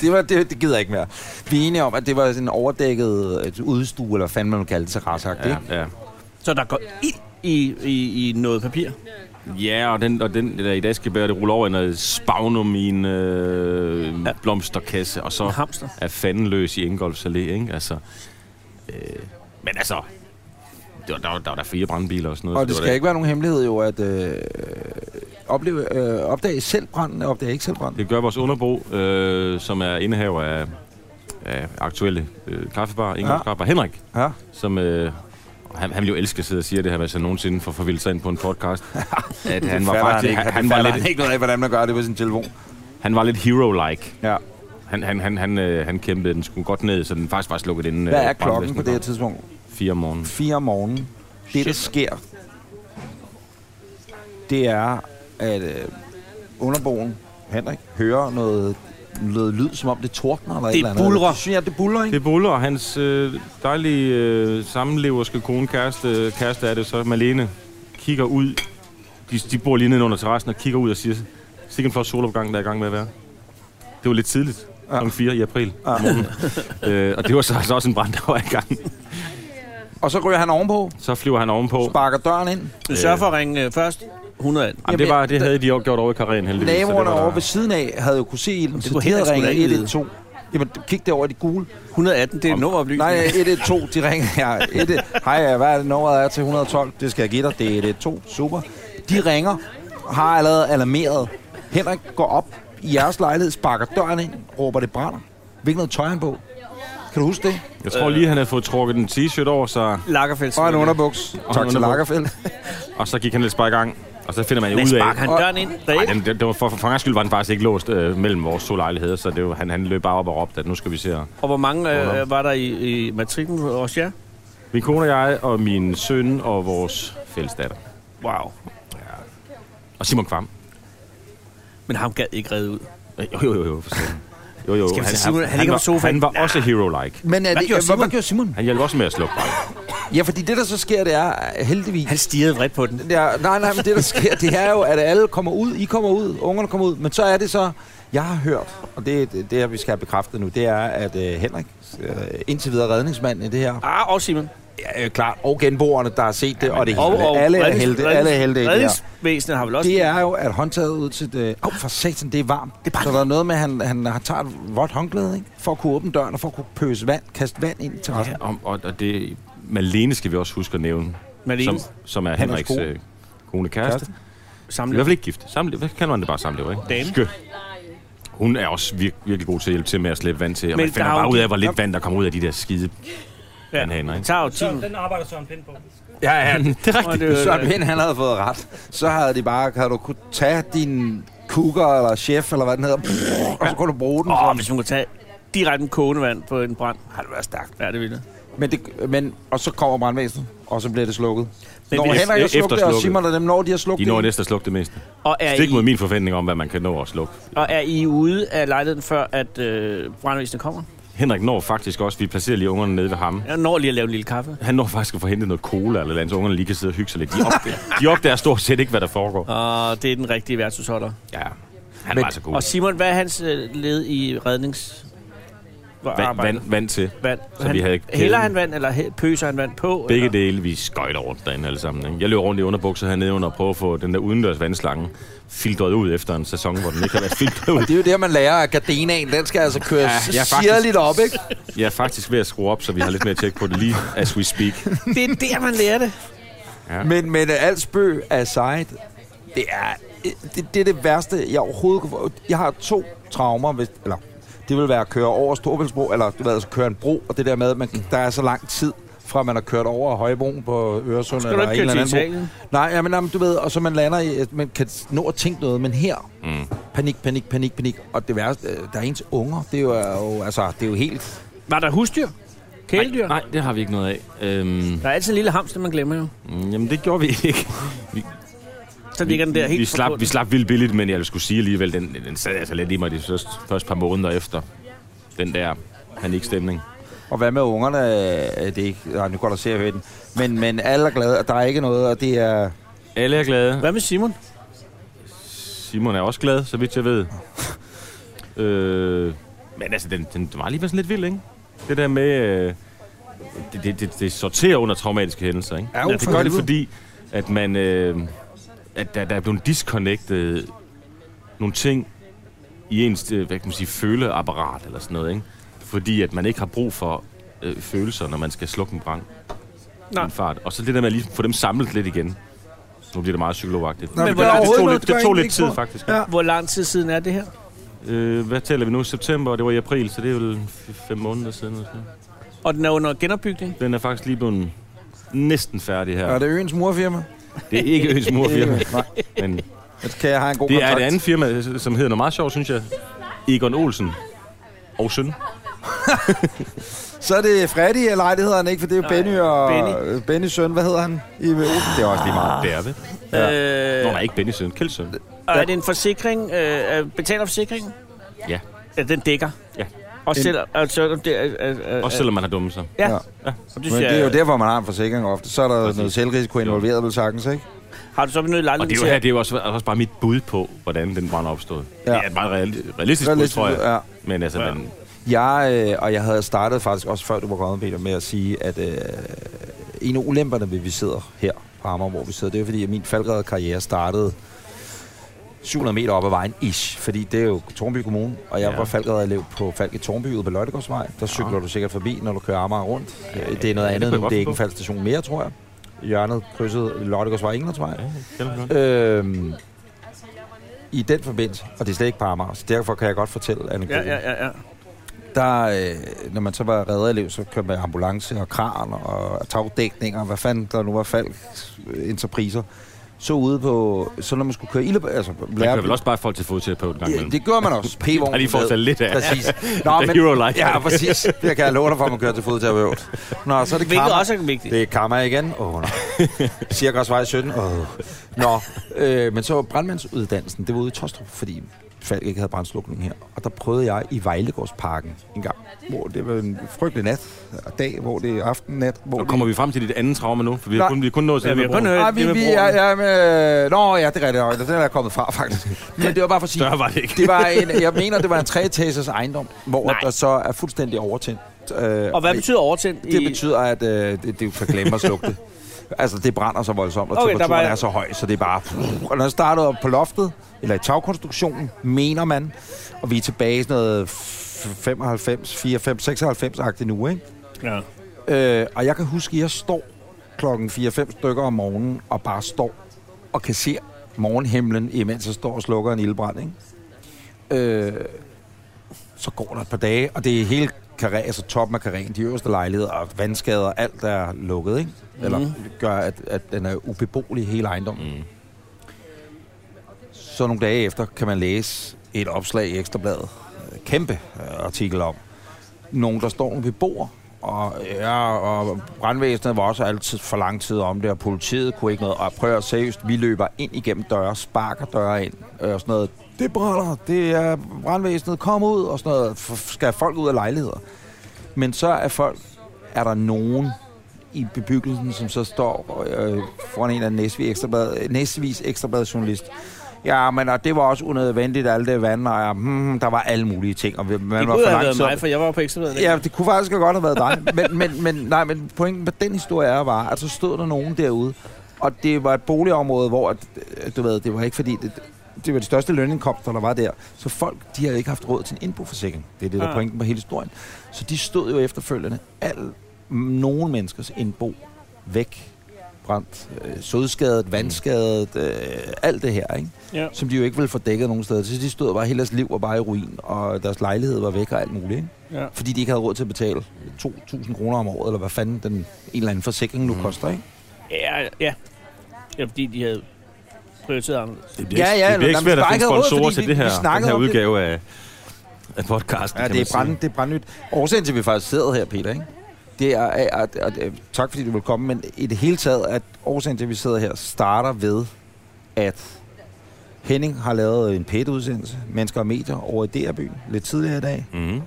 det, var, det, det gider jeg ikke mere. Vi er enige om, at det var sådan en overdækket øh, udstue, eller hvad fanden man vil kalde det, terrasseagtigt. Ja.
Ja, ja.
Så der går ild i, i, i noget papir.
Ja, og den, og den der i dag skal bære det ruller over i noget spagnum i en øh, ja. blomsterkasse, og
En
så
hamster.
er fanden løs i Ingolfs Allé, ikke? Altså, øh, men altså, det var, der, var, der var der fire brandbiler og sådan noget.
Og
så
det
var
skal ikke være nogen hemmelighed jo, at øh, opleve, øh, opdage selv branden, og opdage ikke selv branden.
Det gør vores underbo, øh, som er indehaver af, af aktuelle øh, kaffebar, Ingolfs
Ja.
ja. Kaffebar, Henrik,
Ja.
som... Øh, han, han ville jo elske at sidde og sige det her, hvis han nogensinde får forvildet sig ind på en podcast. at han var
Fatter
faktisk...
ikke,
Han,
det
han, var
fatter
lidt,
ikke noget af, hvordan man gør det på sin telefon.
han var lidt hero-like.
Ja.
Han, han, han, han, øh, han kæmpede den skulle godt ned, så den faktisk var slukket inden...
Hvad er
øh,
klokken
brandvæsenet
på det her
kom.
tidspunkt?
Fire om morgenen.
4 om morgenen. Det, der sker, det er, at øh, underboen, Henrik, hører noget, noget lyd, som om det tordner eller et
Det
eller andet.
buldrer.
Det synes jeg, det buller, ikke?
Det buller, og hans øh, dejlige øh, sammenleverske kone, kæreste, kæreste er det så, Malene, kigger ud. De, de bor lige nede under terrassen og kigger ud og siger, sikkert en flot solopgang, der er i gang med at være. Det var lidt tidligt,
Ja.
ja. kl. 4 i april.
Ja.
øh, og det var så altså også en brand, der var i gang.
Og så ryger han ovenpå,
Så flyver han ovenpå.
sparker døren ind.
Du sørger for at ringe øh, først 118.
Jamen, det, var, det havde de jo gjort over i Karen, heldigvis. så det
Naboerne
var der-
over ved siden af havde jo kunne se ilden, så
kunne
de havde
Henrik sgu da
ringet
ikke
112. Jamen, kig derover i de gule.
118, det er en nummeroplysning.
Nej, 112, de ringer her. 1, hej, hvad er det nummeret er til 112? Det skal jeg give dig. Det er 112. Super. De ringer, har allerede alarmeret. Henrik går op i jeres lejlighed, sparker døren ind, råber det brænder. Hvilket noget tøj han på? Kan du huske det?
Jeg tror lige, han havde fået trukket en t-shirt over, så,
Lagerfeldt.
Og en underbuks.
en
Tak til
underbuks.
Lagerfeldt.
og så gik han lidt bare i gang. Og så finder man jo
Men
ud af...
sparker han
Og-
døren ind?
Nej,
Ej,
den, den, den var for, for fangens skyld var den faktisk ikke låst øh, mellem vores to lejligheder, så det var, han, han løb bare op og råbte, at nu skal vi se her.
og hvor mange øh, var der i, i matriklen hos jer?
Min kone og jeg, og min søn og vores fælles datter.
Wow.
Og Simon Kvam.
Men ham gad ikke redde ud.
Øh, Jo, jo, jo, jo. For satan. jo, jo.
Skal vi sige, Simon, han ligger
var,
på sofaen?
han var også hero-like.
Men
Hvad
er det,
gjorde
hvad, hvad
Simon?
gjorde Simon?
Han hjalp også med at slukke branden.
Ja, fordi det, der så sker, det er heldigvis...
Han stirrede vredt på den.
Ja, nej, nej, men det der sker, det er jo, at alle kommer ud, I kommer ud, ungerne kommer ud, men så er det så, jeg har hørt, og det er det, det her, vi skal have bekræftet nu, det er, at øh, Henrik, øh, indtil videre redningsmanden i det her,
Ah, og Simon.
ja, øh, klart, og genboerne, der har set det, og det hele,
Og, og
alle er
reddings-
helte,
reddings-
alle er helte i det her.
Redningsvæsenet har vel også...
Det er jo, at håndtaget ud til... det- Au, for satan, det er varmt. Det er så der er noget med, at han, han har- tager et vådt håndklæde, ikke? For at kunne åbne døren, og for at kunne pøse vand, kaste vand ind i terrassen.
Og, og, og det, Malene skal vi også huske at nævne,
Malene,
som, som er
Henriks
Henriks
kone.
øh, kone kæreste. I
samlet.
hvert fald ikke gift. Samle, hvad kalder man det bare samlever, ikke?
Dame.
Skøn. Hun er også vir- virkelig god til at hjælpe til med at slippe vand til, og
Men
man finder
der er
bare
jo-
ud af, hvor lidt vand der kommer ud af de der skide vandhaner, ikke?
tager jo 10
Så den arbejder Søren Pind på.
Ja, ja, det er
Og
rigtigt.
det er jo- øh,
Søren Pind, han havde fået ret. Så havde de bare, kan du kunne tage din kukker eller chef, eller hvad den hedder, og så kunne du bruge den.
Åh,
som-
hvis man kunne tage direkte en kogende vand på en brand, har det været stærkt. Ja, det ville det.
Men, det, men og så kommer brandvæsenet, og så bliver det slukket.
Men
Når
vi-
Henrik har
efter-
slukket, det, og
efterslukket.
Simon og dem når de har slukket
De når
det,
næsten at slukke det meste.
Og er,
Stik mod
I,
min forventning om, hvad man kan nå at slukke.
og er I ude af lejligheden, før at øh, brandvæsenet kommer?
Henrik når faktisk også, vi placerer lige ungerne nede ved ham.
Jeg når lige at lave en lille kaffe.
Han når faktisk at få hentet noget cola eller andet, så ungerne lige kan sidde og hygge sig lidt. De opdager, de opdager stort set ikke, hvad der foregår.
Og det er den rigtige værtshusholder.
Ja, han
Men-
var så god.
Og Simon, hvad er hans øh, led i rednings...
Vand, vand, vand til.
vand.
så
han,
vi havde ikke
Hælder
kæden.
han vand, eller hæ- pøser han vand på?
Begge
eller?
dele, vi skøjter rundt derinde alle sammen. Ikke? Jeg løber rundt i underbukser hernede under og prøver at få den der udendørs vandslange filtreret ud efter en sæson, hvor den ikke har været filtreret ud.
det er jo det, man lærer, at gardenaen, den skal altså køre
Ja, jeg
ja,
er faktisk-
sirligt op, ikke?
Jeg er faktisk ved at skrue op, så vi har lidt mere tjek på det lige as we speak.
Det er der, man lærer det.
Men, men øh, alt spøg aside, det er, øh, det, det er det værste, jeg overhovedet kan få. Jeg har to traumer, hvis, eller det vil være at køre over Storbæltsbro, eller du ved, altså køre en bro, og det der med, at man, der er så lang tid fra man har kørt over Højbroen på Øresund
Skal du
eller
ikke
en eller
køre til
anden bro.
Italien?
Nej, ja, men, jamen, du ved, og så man lander i, at man kan nå at tænke noget, men her, mm. panik, panik, panik, panik. Og det værste, øh, der er ens unger, det er jo, er jo, altså, det er jo helt...
Var der husdyr? Kæledyr?
Nej, det har vi ikke noget af. Øhm,
Der er altid en lille hamster, man glemmer jo.
jamen, det gjorde vi ikke.
Så ligger den der helt
vi, slap,
forputtet.
vi slap vildt billigt, men jeg skulle sige alligevel, den, den sad altså lidt i mig de første, første par måneder efter. Den der panikstemning.
Og hvad med ungerne? Øh, Det er ikke... Nej, nu går der se at høre den. Men, men alle er glade, og der er ikke noget, og det er...
Alle er glade.
Hvad med Simon?
Simon er også glad, så vidt jeg ved. øh, men altså, den, den var alligevel sådan lidt vild, ikke? Det der med... Øh, det, det, det, det sorterer under traumatiske hændelser, ikke?
Ja, jo,
det
for
gør det,
helvede.
fordi at man... Øh, at der, der er blevet disconnectet nogle ting i ens øh, hvad kan man sige, føleapparat eller sådan noget, ikke? Fordi at man ikke har brug for øh, følelser, når man skal slukke en brand. i
Nej.
En fart. Og så det der med at lige få dem samlet lidt igen. Nu bliver det meget psykologagtigt.
Men
det,
hvor er
det, tog
overhovedet
lidt, det
noget,
tog
der
lidt
går
tid,
ind,
faktisk.
Ja.
Hvor lang tid siden er det her?
Øh, hvad taler vi nu? September, og det var i april, så det er vel f- fem måneder siden. Eller sådan. noget.
Og den er under genopbygning?
Den er faktisk lige blevet næsten færdig her.
Er det øens morfirma?
Det er ikke Øens morfirma,
Nej,
men
så kan jeg have en god
Øh, det er
kontakt.
et andet firma, som hedder noget meget sjovt, synes jeg. Egon Olsen og søn.
Så er det Freddy, eller ej, det hedder han ikke, for det er jo Benny og...
Benny.
Benny. Ah. Bennys søn, hvad hedder han? I, det er også lige meget.
Berve.
Ja.
Nå,
Øh,
nej, ikke Benny søn. Kjeld søn.
og er det en forsikring? Øh, er- betaler forsikringen?
Ja.
Ja, den dækker.
Ja.
Og
En-
selv, altså, det er, er, er,
Også selvom man har dummet sig.
Ja.
Ja.
Ja.
Og
Men det er jo derfor, man har en forsikring ofte. Så er der
Præcis.
noget selvrisiko involveret, vel sagtens, ikke?
Har du så benyttet
Og det
lejligheden
er
til
jo her,
at
det er jo også, også bare mit bud på, hvordan den brand er opstået. Ja.
Ja.
Det er et meget reali- realistisk bud,
Realistisk
tror jeg.
bud, ja.
Men altså,
Ja.
ja. men,
Jeg, øh, og jeg havde startet faktisk også før du var kommet, Peter, med at sige, at øh, en af ulemperne ved, at vi sidder her på Amager, hvor vi sidder, det er jo fordi, at min faldredderkarriere startede 700 meter op ad vejen, ish. Fordi det er jo Tornby Kommune, og jeg
Ja.
ja. var faldredderelev på Falk i Tornby ude på Løjtegårdsvej. Der cykler
Ja.
du sikkert forbi, når du kører Amager rundt.
Ja,
Ja, det er noget
ja, det
andet
kunne jeg
nu.
godt
Det er ikke en
forstå.
faldstation mere, tror jeg. Hjørnet krydset Løjtegårdsvej og Englandsvej.
ja, det er godt.
Øhm, i den forbindelse, og det er slet ikke på Amager, så derfor kan jeg godt fortælle anekdoten.
Ja, ja, ja, ja.
Der, øh, når man så var redderelev, så kørte man ambulance og kran og tagdækning og hvad fanden der nu var falk, øh, entrepriser. Så ude på, så når man skulle køre ilde, altså
Man
lærer-
kører vel også bare folk til fodterapeut en gang
Ja,
imellem.
det gør man også. P-vogn.
Bare lige for at tage lidt af.
Præcis.
The hero life.
Ja, præcis. Det kan jeg love dig for, at man kører til fodterapeut. Nå, så er det
Hvilket
karma.
også er vigtigt.
Det er karma igen. Åh, oh, nej. Cirkosvej 17. Åh. Nå, øh, men så var brandmandsuddannelsen, det var ude i Tostrup, fordi Falk ikke havde brandslukning her. Og der prøvede jeg i Vejlegårdsparken en gang, hvor det var en frygtelig nat og dag, hvor det er aften, nat, hvor
Nu
det-
kommer vi frem til dit andet traume nu, for vi har
Nej.
kun, vi har kun nået til
Ja,
det
vi
med
har kun
broen.
hørt-
Nej,
det
vi,
med
vi
broen.
er, ja, men, øh, Nå, ja, det er rigtigt. nok. Den er jeg kommet fra, faktisk. Men det var bare for at sige,
Større var det ikke.
det var en, jeg mener, det var en treetagers ejendom, hvor
Nej.
Nej. der så er fuldstændig overtændt. Øh,
Og hvad betyder overtændt?
det?
i-
Det betyder, at øh, det, det kan glemme at slukke det. Altså, det brænder så voldsomt, og
Okay,
okay,
der
temperaturen
var-
var... er så høj, så det er bare... Og når jeg startede op på loftet, eller i tagkonstruktionen, mener man, og vi er tilbage i sådan noget 95, 94, 96-agtigt nu, ikke?
Ja.
Øh, og jeg kan huske, at jeg står klokken 4-5 stykker om morgenen og bare står og kan se morgenhimlen, imens jeg står og slukker en ildbrand. Ikke? Øh, så går der et par dage, og det er hele karé, altså toppen af karæen, de øverste lejligheder og vandskader, alt er lukket, ikke? Eller
Mhm.
gør, at, at den er ubeboelig hele ejendommen.
Mm.
Så nogle dage efter kan man læse et opslag i Ekstrabladet. Øh, Kæmpe øh, artikel om. Nogen, der står nogle beboere, og, ja, og brandvæsenet var også altid for lang tid om det, og politiet kunne ikke noget. Og prøv at seriøst, vi løber ind igennem døre, sparker døre ind, øh, og sådan noget. Det brænder, det er brandvæsenet, kom ud, og sådan noget. F- skal folk ud af lejligheder? Men så er folk, er der nogen i bebyggelsen, som så står øh, foran en af Næsvig Ekstrablad, Næsvigs Ekstrabladjournalist, Ja, men og det var også unødvendigt, alt det vand, og hmm, der var alle mulige ting. Og man
Det
var
kunne
for
have været
langsom.
mig, for jeg var jo på ekstrabladet.
Ja, det kunne faktisk godt have været dig. Men, men, men, nej, men pointen med den historie er bare, at så stod der nogen derude, og det var et boligområde, hvor, at, øh, du ved, det var ikke fordi, det, det var de største lønindkomster, der var der. Så folk, de havde ikke haft råd til en indboforsikring. Det er det, der er
Ah.
pointen på hele historien. Så de stod jo efterfølgende, al, nogle menneskers indbo væk, brændt, øh, sødskadet, vandskadet, øh, alt det her, ikke?
Ja.
som de jo ikke ville få dækket nogen steder. Så de stod bare hele deres liv og bare i ruin, og deres lejlighed var væk og alt muligt. Ikke?
Ja.
fordi de ikke havde råd til at betale 2.000 kroner om året, eller hvad fanden den en eller anden forsikring nu mm. koster, ikke?
Ja, ja. ja, fordi de havde prioriteret anderledes.
Det bliver,
Ja,
ikke-
ja,
det bliver ikke
eller-
svært
jamen,
at
vi
finde
snakkede råd,
sponsorer
fordi
til
vi-
det her,
vi
den
snakkede
her
om det.
udgave af, af podcasten,
Ja, det
kan man
er,
sige.
brand, det er brandnyt. Årsagen til, at vi faktisk sidder her, Peter, ikke? det er, at, at, at, at, tak fordi du vil komme, men i det hele taget, at årsagen til, at vi sidder her, starter ved, at Henning har lavet en PET-udsendelse, Mennesker og Medier, over i DR-byen lidt tidligere i dag.
Mm.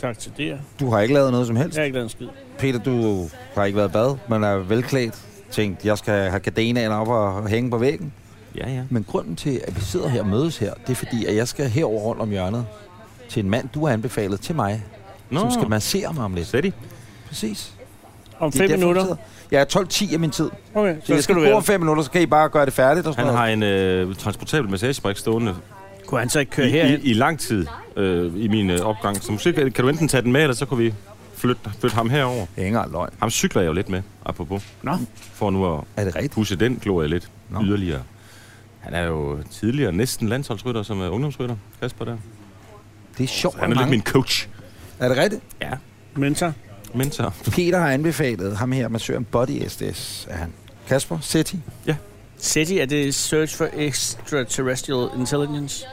Tak til det. Jeg
Du har ikke lavet noget som helst.
har ikke lavet en skid.
Peter, du har ikke været i bad, men er velklædt. Tænkt, jeg skal have kadenaen op og hænge på væggen.
Ja, ja.
Men grunden til, at vi sidder her og mødes her, det er fordi, at jeg skal herover rundt om hjørnet til en mand, du har anbefalet til mig,
Nå,
som skal massere mig om lidt.
Sæt i.
Præcis.
Om
Det er
fem
derfor,
minutter?
vi sidder. Jeg er 12.10 af min tid.
Okay,
Så jeg
så skal
skal
du
bruge
være.
5 minutter, så kan I bare gøre det færdigt. Og sådan
Han
noget.
har en øh, transportabel massagebrik stående
Kunne han så ikke
i,
køre herind?
i, i lang tid øh, i min øh, opgang. Så måske kan du enten tage den med, eller så kunne vi flytte, flytte ham herover.
Det er ikke engang løgn.
Ham cykler jeg jo lidt med, apropos.
Nå.
For nu at
Er det rigtigt?
pusse den glorie lidt
Nå.
Nå. yderligere. Han er jo tidligere næsten landsholdsrytter som er ungdomsrytter. Kasper der.
Det er sjovt.
Han er
hvor
lidt
mange-
min coach.
Er det rigtigt?
Ja,
Mentor.
mentor.
Peter har anbefalet ham her, man søger en body SDS, er han. Kasper, Setti.
SETI, er det Search for Extraterrestrial Intelligence?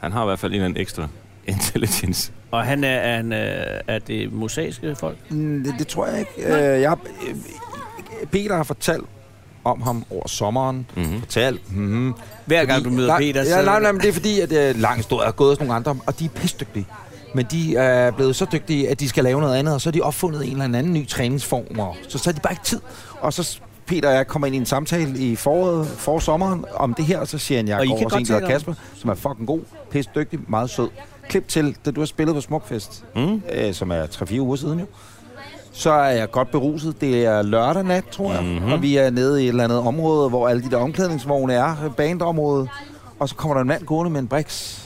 Han har i hvert fald en eller anden ekstra intelligence.
Og han er, er, han, øh, er det mosaiske folk?
Mm, Det, det tror jeg ikke. Øh, jeg, øh, Peter har fortalt om ham over sommeren.
Mm-hmm.
Fortalt. Mm-hmm.
Hver gang du møder
nej,
Peter,
Ja, nej, nej, men det er fordi, at øh, lang historie er gået hos nogle andre, og de er pisdygtige. Men de er blevet så dygtige, at de skal lave noget andet, og så har de opfundet en eller anden ny træningsform, og så, så er de bare ikke tid. Og så s- Peter og jeg kommer ind i en samtale i foråret, forsommeren, om det her, og så siger han, jeg
Og I
går
kan
over til en,
godt
der hedder
tale om
Kasper, som er fucking god, pisdygtig, meget sød. Klip til, da du har spillet på Smukfest
Mm?
øh, som er 3-4 uger siden jo, så er jeg godt beruset. Det er lørdag nat, tror jeg, mm-hmm.
Mhm.
og vi er nede i et eller andet område, hvor alle de der omklædningsvogne er, bandområdet, og så kommer der en mand gående med en briks.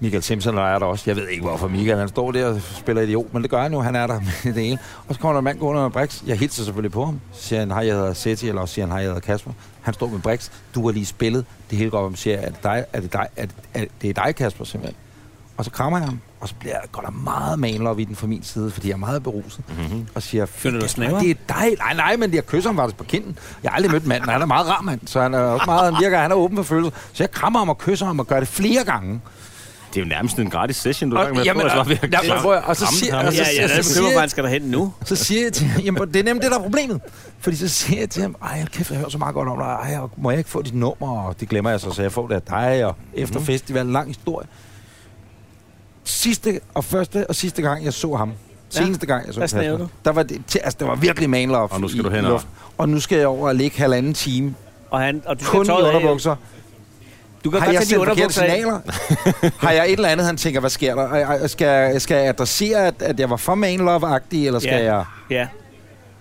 Michael Simpson er der også. Jeg ved ikke, hvorfor Michael han står der og spiller idiot, men det gør han jo. Han er der med det hele. Og så kommer der en mand gående med en briks. Jeg hilser selvfølgelig på ham. Så siger han, hej, jeg hedder Setti, eller også siger han, hej, jeg hedder Kasper. Han står med en briks. Du har lige spillet. Det hele går op, og siger, er det dig? Er det dig? Er det, er det, det er dig, Kasper, simpelthen? Og så krammer jeg ham, og så bliver jeg godt nok meget manlop i den fra min side, fordi jeg er meget beruset,
Mm-hmm.
og siger,
Mhm. Føler du dig
"Fuck,
snæver?"
det er dig. Nej, nej, men jeg kysser ham faktisk på kinden. Jeg har aldrig mødt manden, han er meget rar mand, så han er også meget, han virker, han er åben for følelser. Så jeg krammer ham og kysser ham og gør det flere gange.
Det er jo nærmest en gratis session, du er i gang med.
jamen,
Jamen,
og- jamen, prøv at- og så siger-
altså-
og så-
Ja, ja,
så-
der er
så-
bekymret, hvor han skal derhen nu.
Så siger jeg til ham, jamen, det er nemlig det, der er problemet. Fordi så siger jeg til ham, ej, hold kæft, jeg hører så meget godt om dig, ej, og må jeg ikke få dit nummer? Og det glemmer jeg så, så jeg får det af dig, og
Mhm.
efter mm. festival, lang historie. Sidste og første og sidste gang, jeg så ham,
Ja.
seneste gang, jeg så
Der snævede
Kasper, der var det, til- altså, det var virkelig man love
Og nu skal
i
du hen og-
luften. Og nu skal jeg over og ligge halvanden time,
Og, han, og du skal
kun i
tøjet af.
underbukser.
Du kan
Har
godt
jeg
tage de
sendt forkerte
underbukser af.
signaler? har jeg et eller andet, han tænker, hvad sker der? Og- og- Skal, skal jeg adressere, at, at jeg var for man love-agtig, eller skal
Ja.
jeg...
Ja.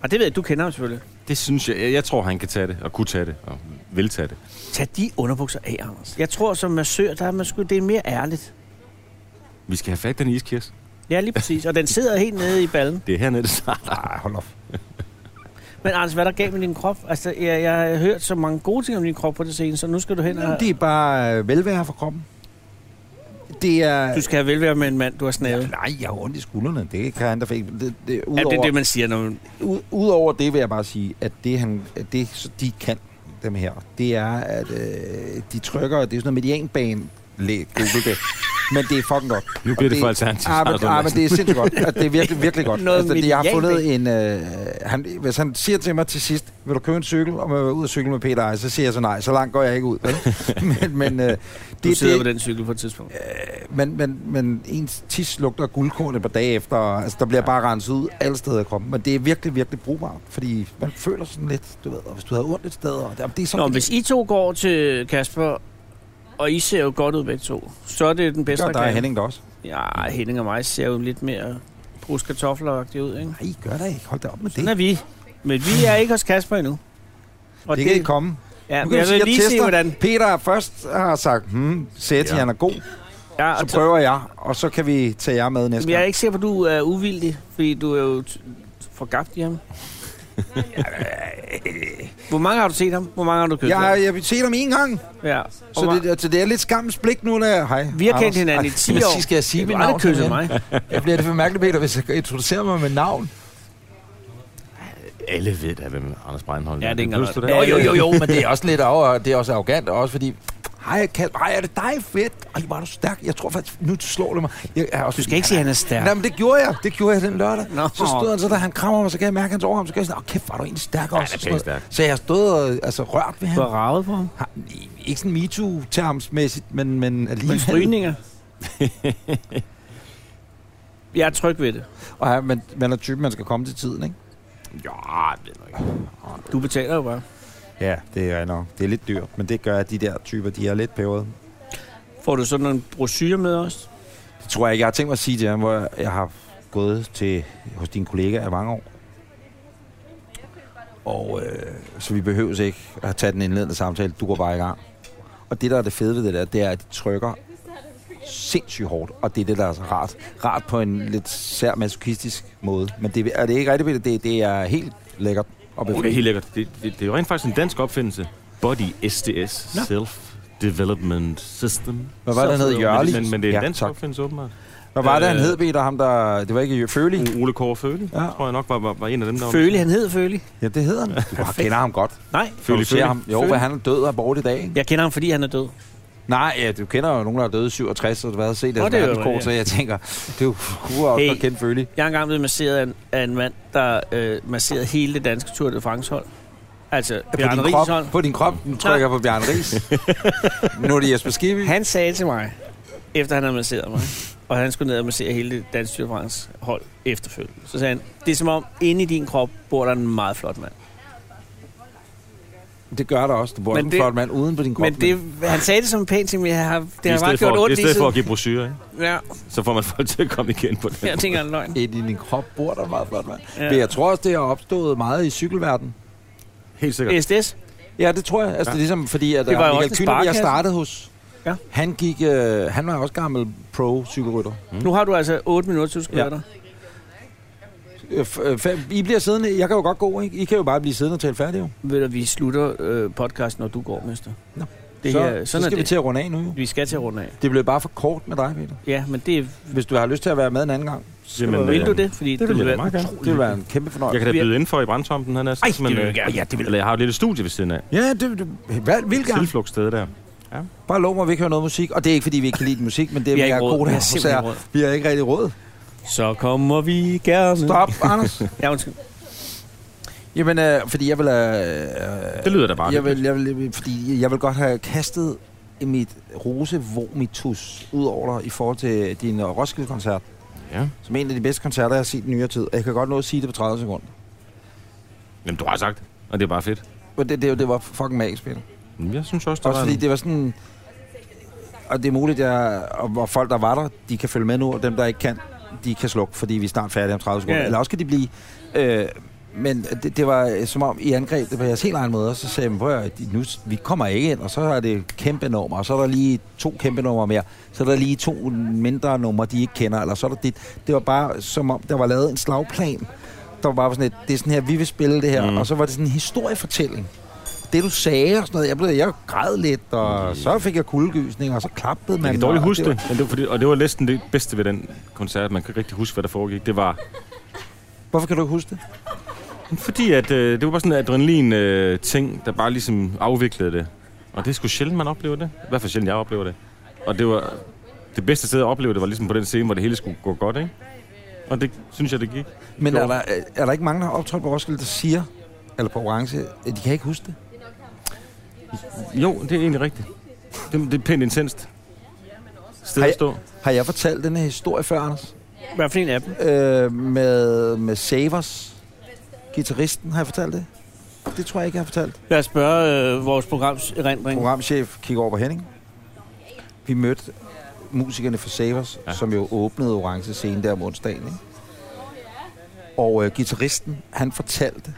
Og det ved jeg, du kender ham selvfølgelig.
Det synes jeg. jeg. Jeg tror, han kan tage det, og kunne tage det, og vil tage det.
Tag de underbukser af, Anders. Jeg tror, som massør, der er man sgu, det er mere ærligt.
Vi skal have fat i den iskirs.
Ja, lige præcis. Og den sidder helt nede i ballen.
Det er hernede, det starter.
Nej, hold op.
Men Anders, hvad er der gav med din krop? Altså, jeg, jeg har hørt så mange gode ting om din krop på det seneste, så nu skal du hen og...
Jamen, det er bare øh, velvære for kroppen. Det er...
Du skal have velvære med en mand, du har snavet.
Nej, jeg har ondt i skuldrene. Det kan han da ikke. Det, det,
Ja, det er
udover,
det, man siger, når man...
ud, udover det vil jeg bare sige, at det, han, at det så de kan, dem her, det er, at øh, de trykker, det er sådan noget medianbane, læg, google det. Men det er fucking godt.
Nu
Og
bliver det for alternativt.
Ah, men,
Anders Lund
ah, men
Madsen.
det er sindssygt godt. At det er virkelig, virkelig godt.
Noget
altså, det, jeg har fundet en...
medianbane.
Øh, han, hvis han siger til mig til sidst, vil du købe en cykel, og vil ud og cykle med Peter Ej, så siger jeg så nej, så langt går jeg ikke ud. vel? men, men øh, det,
Du sidder
det,
på den cykel på et tidspunkt.
Øh, men, men, men ens tis lugter af guldkorn et par dage efter, og altså der bliver bare renset ud alle steder i kroppen, men det er virkelig, virkelig brugbart, fordi man føler sådan lidt, du ved, og hvis du havde ondt et sted, og det, det er sådan,
Nå, hvis I to går til Kasper, og I ser jo godt ud begge to, så er det den
det
bedste
gør dig og Henning der også.
Ja, Henning og mig ser jo lidt mere brus kartofler ud, ikke?
Nej, gør da ikke, hold da op med
Sådan er
det.
vi. Men vi er ikke hos Kasper endnu. Og
Det kan ikke komme.
ja,
Nu
men
kan
jeg
du sige,
vil
jeg
lige se,
tester.
hvordan...
Peter først har sagt, hmm, Sæti,
Ja.
ja. han er god,
Ja,
så
og
prøver jeg, og så kan vi tage jer med næste
Men jeg er
gang.
ikke sikker på, at du er uvildig, fordi du er jo t- forgabt i ham. Hvor mange har du set ham? Hvor mange har du købt? ham?
Jeg, jeg vil se dem en gang,
ja.
så det, så det er lidt skammens blik nu, når jeg... Hej,
Vi har kendt
Anders.
hinanden i
Ej,
10
men
år.
sig, Skal jeg sige
du
mit
har aldrig
navn?
kysset
simpelthen?
mig.
Jeg bliver det for mærkeligt, Peter, hvis jeg introducerer mig med navn.
Alle ved da, hvem Anders Breinholt
Ja, det er ikke
Husker du
Nå,
engang-
jo, jo, jo, men det er også lidt over, det er også arrogant, og også fordi, hej, Kasper, hej, er det dig, fedt? Ej, var du stærk? Jeg tror faktisk, nu slår det mig. Jeg er også,
Du skal ikke sige, at han er stærk.
Nej, men det gjorde jeg. Det gjorde jeg den lørdag.
Nå.
Så stod han så, da han krammer mig, så kan jeg mærke hans overarm. Så kan jeg sådan, åh, kæft, var du egentlig stærk også?
han er
og sådan noget.
pæstærk.
Så jeg stod og altså, rørt ved
Du
ham.
har ravet på ham.
Har- Ikke sådan MeToo-termsmæssigt, men, men
Men
alligevel.
strygninger. Jeg er tryg ved det.
Og ja, man, man er typen, man skal komme til tiden, ikke?
Ja, det er ikke.
Du betaler jo bare.
Ja, det er nok. Det er lidt dyrt, men det gør, at de der typer, de er lidt peberet.
Får du sådan nogle brosyrer med os?
Det tror jeg ikke. Jeg har tænkt mig at sige til ham, hvor jeg har gået til, hos dine kollegaer i mange år, Og øh, så vi behøves ikke at tage den indledende samtale. Du går bare i gang. Og det, der er det fede ved det der, det er, at de trykker sindssygt hårdt. Og det er det, der er så rart. Rart på en lidt sær masochistisk måde. Men det er det ikke rigtigt, Peter? det, det er helt lækkert. Og
Oh, det er helt lækkert. Det, det, det er jo rent faktisk en dansk opfindelse. Body SDS.
Nå.
Self Development System.
Hvad var det, han hed? Jørli?
Men, men det er
Ja,
en dansk
tak.
opfindelse åbenbart.
Hvad var det, han
Øh, Mm.
hed, Peter? Ham, der... Det var ikke Føli?
Ole Kåre Føle,
Ja.
ja. tror jeg nok var, var, var en af dem, der var
Føli, han hed Føli.
Ja, det hedder han. Du har- kender ham godt.
Nej,
Føli,
Føle,
du ser
Føle.
ham. Jo, for han er død og er borte i dag, ikke?
jeg kender ham, fordi han er død.
Nej, ja, du kender jo nogen, der er døde i 67, og du har set
Nå,
deres
det er jo
verdenskort,
rigtigt,
så
ja.
jeg tænker, det er jo kunne også
Hey.
godt kende Føli.
Jeg er engang blevet masseret af en, af en mand, der øh, masserede hele det danske Tour de France hold. Altså,
På
Bjarne
din,
Riis
krop,
hold.
på din krop, nu trykker jeg på Bjarne Ries. nu er det Jesper Skibby.
Han sagde til mig, efter han havde masseret mig, og han skulle ned og massere hele det danske Tour de France hold efterfølgende. Så sagde han, det er som om, inde i din krop bor der en meget flot mand.
Det gør der også. Du bor
Men
ikke en
det-
flot mand uden på din krop.
Men det, han sagde det som en pæn ting, men jeg har, det har bare
stedet
gjort
for,
ondt
I
lige
stedet for
siden.
at give brosyrer, ikke?
Ja,
så får man folk til at komme igen på det.
jeg tænker en løgn.
Ind i din krop bor der en meget flot mand.
Ja.
Ja. Men jeg tror også, det har opstået meget i cykelverdenen.
Helt sikkert.
SDS?
Ja, det tror jeg. Altså, ja. det er ligesom fordi, at
Det var jo
øh,
også
Michael
en
Kynderby, jeg
sparekasse.
startede hos,
Ja.
ja. han, gik, øh, han var også gammel pro-cykelrytter.
Nu har du altså 8 minutter, du skal
Ja.
være der.
Øh, f- øh, fa- I bliver siddende. Jeg kan jo godt gå, ikke? I kan jo bare blive siddende og tale færdig, jo.
Ved du, vi slutter øh, podcasten, når du går, mester.
Nå.
Det
så,
her, sådan
så
er
skal vi
det.
til at runde af nu, jo.
Vi skal til at runde af.
Det blev bare for kort med dig, Peter.
Ja, men det
Hvis du har lyst til at være med en anden gang, så
Jamen,
vil
vil
øh,
du det, fordi det,
Det vil jeg da
være
meget gerne.
det vil være en kæmpe fornøjelse.
Jeg kan da
Vi er-
byde indenfor i brandtomten, han er
Ej, det vil jeg
øh,
gerne.
Ja, det vil jeg. Jeg har jo et lille studie ved siden af.
Ja, det, det hvad, vil gerne.
Tilflugtssted der.
Bare lov mig, at vi ikke hører noget musik. Og det er ikke, fordi vi ikke kan lide musik, men det er,
Vi
vi
har ikke
er,
råd.
koda,
Vi har
hos
simpelthen
jer.
ikke råd.
Vi har ikke rigtig råd.
Så kommer vi gerne.
Stop, Anders.
Ja, undskyld.
Jamen, øh, fordi jeg vil... Øh,
Det lyder da bare
jeg vil, jeg vil, fordi jeg vil godt have kastet mit rosevomitus ud over dig i forhold til din øh, Roskilde-koncert,
Ja.
som er en af de bedste koncerter, jeg har set i nyere tid. Og jeg kan godt nå at sige det på 30 sekunder.
Jamen, du har sagt det, og det er bare fedt.
Men det, det, det var fucking magisk, Peter.
Jamen, Jeg synes også, der
Også
var
fordi
en...
det var sådan... Og det er muligt, at og, og folk, der var der, de kan følge med nu, og dem, der ikke kan, de kan slukke, fordi vi er snart færdige om 30 sekunder.
Ja.
Yeah. Eller også kan de blive... Øh, men det, det var øh, som om, I angreb det på jeres helt egen måde, og så sagde jeg, prøv at høre, de- nu, s- vi kommer ikke ind, og så er det kæmpe nummer, og så er der lige to kæmpe numre mere, så er der lige to mindre numre, de ikke kender, eller så er der dit. Det var bare som om, der var lavet en slagplan, der var bare sådan et, det er sådan her, vi vil spille det her,
Mm.
mm. og så var det sådan en historiefortælling det du sagde og sådan noget. Jeg, blev, jeg græd lidt, og
Mm.
så fik jeg kuldegysning, og så klappede man.
Jeg kan dårligt
og
huske
var-
det, men det var fordi, og det var næsten det bedste ved den koncert, man kan rigtig huske, hvad der foregik. Det var,
Hvorfor kan du ikke huske det?
fordi at, øh, det var bare sådan en adrenalin-ting, der bare ligesom afviklede det. Og det er sgu sjældent, man oplever det. I hvert fald sjældent, jeg oplever det. Og det var det bedste sted at opleve det, var ligesom på den scene, hvor det hele skulle gå godt, ikke? Og det synes jeg, det gik.
Men er
Jo.
der, er der ikke mange, der har optrådt på Roskilde, der siger, eller på Orange, at de kan ikke huske det?
Jo, det er egentlig rigtigt. Det, det er pænt intenst. Sted
Har
at
jeg-
stå.
Har jeg fortalt den her historie før, Anders?
Hvad for en af dem?
Øh, med, med Savers, gitarristen, har jeg fortalt det? Det tror jeg ikke, jeg har fortalt.
Lad os spørge øh, vores programs erindring.
Programchef kigger over på Henning. Vi mødte musikerne fra Savers,
Ja.
ja. som jo åbnede Orange Scene der om onsdagen. Ikke? Og øh, gitarristen, han fortalte,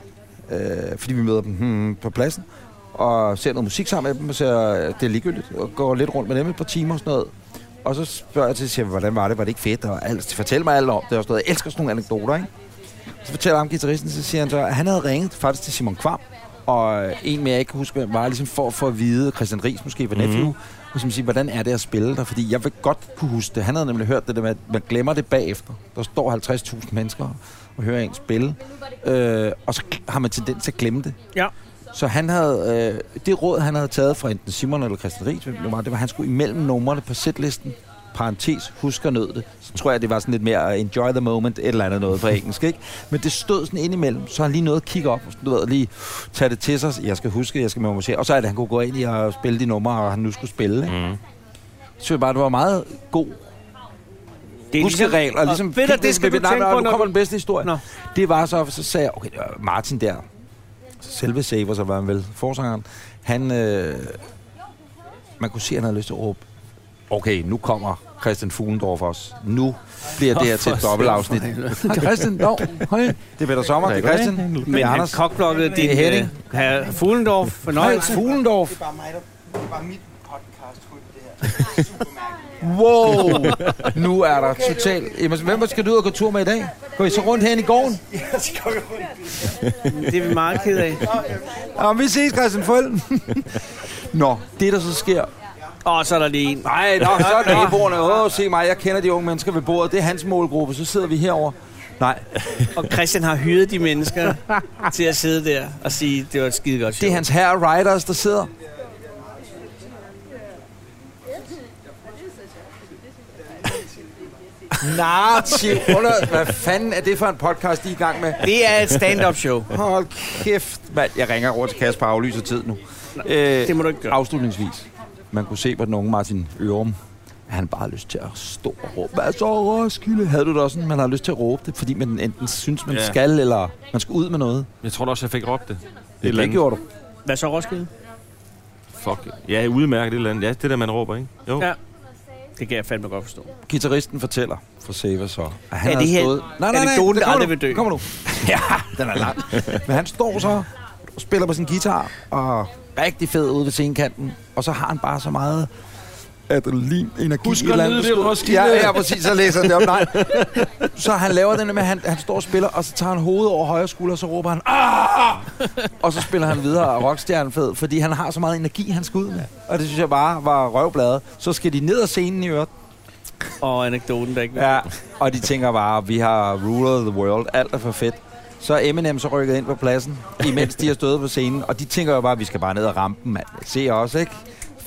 øh, fordi vi møder dem hmm, på pladsen, og ser noget musik sammen med dem, og ser, øh, det er ligegyldigt, og går lidt rundt med dem et par timer og sådan noget. Og så spørger jeg til, siger, jeg, hvordan var det, var det ikke fedt, og alt, fortæl mig alt om det, og sådan noget. Jeg elsker sådan nogle anekdoter, ikke? Så fortæller ham gitarristen, så siger han så, at han havde ringet faktisk til Simon Kvam, og øh, en mere, jeg ikke kan huske, hvem var, ligesom for at få at vide, Christian Ries måske på Nephew, mm-hmm. og som siger, hvordan er det at spille der? Fordi jeg vil godt kunne huske det. Han havde nemlig hørt det der med, at man glemmer det bagefter. Der står 50.000 mennesker og hører en spille, øh, og så har man tendens til at glemme det.
Ja.
Så han havde, øh, det råd, han havde taget fra enten Simon eller Christian Ries, hvem det var, det var, at han skulle imellem numrene på sætlisten, parentes, husker nød det. Så tror jeg, det var sådan lidt mere øh, enjoy the moment, et eller andet noget på engelsk, ikke? Men det stod sådan indimellem, så han lige nåede at kigge op, og du ved, lige tage det til sig, jeg skal huske, jeg skal memorisere, og så er det, han kunne gå ind i og spille de numre, og han nu skulle spille, ikke?
Mm.
Så jeg bare, det var meget god
Det er
Husk regler. Og ligesom,
og ved du, det skal du
nej,
tænke
nej,
på,
nu
når
kommer
du...
den bedste historie.
Nå.
Det var så, så sagde jeg, okay, det var Martin der, selve Savers, så var han vel forsangeren, han, øh, man kunne se, at han havde lyst til at råbe okay, nu kommer Christian Fuglendorf også. Nu bliver det her til
Åh,
et
for
dobbeltafsnit. Christian, nå, hej. Det er Peter Sommer, det er Christian, det
Men
er
han
Anders.
kokblokkede din
Henning.
Henning. Herr Fuglendorf
Hej,
fornøjelse.
Fuglendorf.
bare mig, der... Det er bare mit podcast det her. Super mærkeligt.
Wow, nu er der totalt... Jamen, Hvem skal du ud og gå tur med i dag? Går I så rundt herinde i gården?
Jeg skal gå rundt.
Det er vi meget ked af.
Ja, vi ses, Christian Fold. Nå, det der så sker...
Og så er der lige en.
Nej, nå, så er naboerne. Åh, se mig, jeg kender de unge mennesker ved bordet. Det er hans målgruppe, så sidder vi herover. Nej,
Og Christian har hyret de mennesker til at sidde der og sige, det var et skide godt show.
det er hans herre Riders, der sidder. Narrativ. Under, hvad fanden er det for en podcast, I er i gang med?
det er et stand-up show.
Hold kæft, mand. Jeg ringer over til Kasper og aflyser tid nu. Øh,
Det må du ikke gøre.
Afslutningsvis. Man kunne se på den unge Martin Ørum, at han bare har lyst til at stå og råbe. Hvad så, Roskilde? Havde du det også sådan, man har lyst til at råbe det, fordi man enten synes, man
Ja.
ja. skal, eller man skal ud med noget?
Jeg tror da også, jeg fik råbt det. Et
Det,
eller
det
andet.
gjorde du.
Hvad så Roskilde?
Fuck. Ja, udmærket et eller andet. Ja, det der, man råber, ikke? Jo.
Ja. Det kan jeg fandme godt forstå.
Gitarristen fortæller for Saver så, at han
Er det
havde
her
stået... Nej, nej, nej,
anekdoten,
der
der
kommer
aldrig
nu.
vil dø?
Der kommer nu. ja, den er lang. Men han står så og spiller på sin guitar, og rigtig fed ude ved scenekanten, og så har han bare så meget adrenalin, energi.
Husk
et
at
eller andet
nyde det,
besked.
Roskilde.
Ja, ja, præcis, så læser han det op. Nej. Så han laver den der med, at han, han står og spiller, og så tager han hovedet over højre skulder, og så råber han, "Ah!" og så spiller han videre og rockstjernen fed, fordi han har så meget energi, han skal ud med. Og det synes jeg bare var røvbladet. Så skal de ned ad scenen i øvrigt,
Og anekdoten, der ikke
Ja, og de tænker bare, vi har ruler the world, alt er for fedt. Så er Eminem så rykket ind på pladsen, imens de har stået på scenen, og de tænker jo bare, vi skal bare ned og rampe dem, mand. Se os, ikke?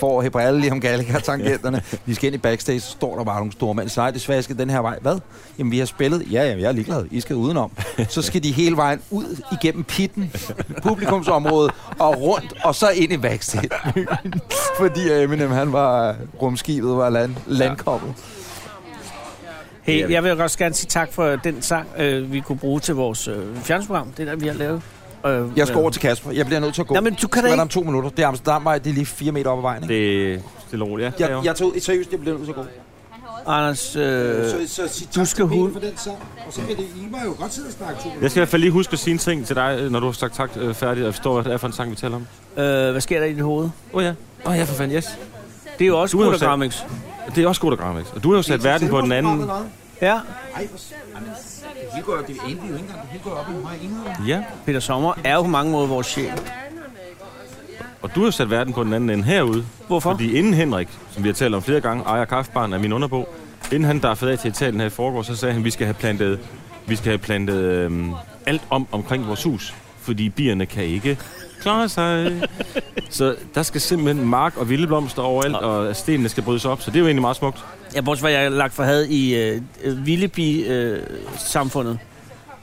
Får Hebralle lige om Gallagher-tangenterne. Vi skal ind i backstage, så står der bare nogle store mænd. Så nej, desværre skal den her vej. Hvad? Jamen, vi har spillet. Ja, jamen, jeg er ligeglad. I skal udenom. Så skal de hele vejen ud igennem pitten, publikumsområdet, og rundt, og så ind i backstage. Fordi Eminem, han var rumskibet, var land, landkoppet.
Hey, jeg vil også gerne sige tak for den sang, øh, vi kunne bruge til vores øh, fjernsynsprogram. Det der, vi har lavet. Øh,
Jeg skal
øh,
over til Kasper. Jeg bliver nødt til at gå.
Nej, men du kan da
Hvad er der
ikke...
om to minutter. Det er Amsterdamvej. Det er lige fire meter op ad vejen. Ikke?
Det er stille og roligt. Ja,
Jeg, jeg tog, seriøst, jeg bliver nødt til at gå.
Anders, øh,
Så, så sig
du
tak
skal
til Bent
hun...
for den sang, og så kan det Ivar jo godt sidde og snakke to
Jeg skal i hvert fald lige huske at sige en ting til dig, øh, når du har sagt tak øh, færdigt, og jeg forstår, hvad det er for en sang, vi taler om.
Øh, hvad sker der i dit hoved?
Åh oh, ja. Åh oh, ja, for fanden, yes.
Det er jo også
Du har jo
Koda
selv-
Grammix.
Det er også godt Grammix. Og du har jo sat verden på den anden.
Ja,
Ej, hvor sødt. Jamen, det hele går jo, det endte jo ikke engang. Det hele går op i en høj enhed.
Ja.
Peter Sommer er jo på mange måder vores chef.
Og du har jo sat verden på den anden ende herude.
Hvorfor? Fordi...
Fordi inden Henrik, som vi har talt om flere gange, ejer kaffebaren af min underbo, inden han daffede af til Italien her i forgår, så sagde han, at vi skal have plantet, vi skal have plantet øhm, alt om omkring vores hus, fordi bierne kan ikke klare sig. så der skal simpelthen mark og vilde blomster overalt, og stenene skal brydes op, så det er jo egentlig meget smukt.
Ja, bortset fra, at jeg har lagt for had i øh, øh, Villebi-samfundet.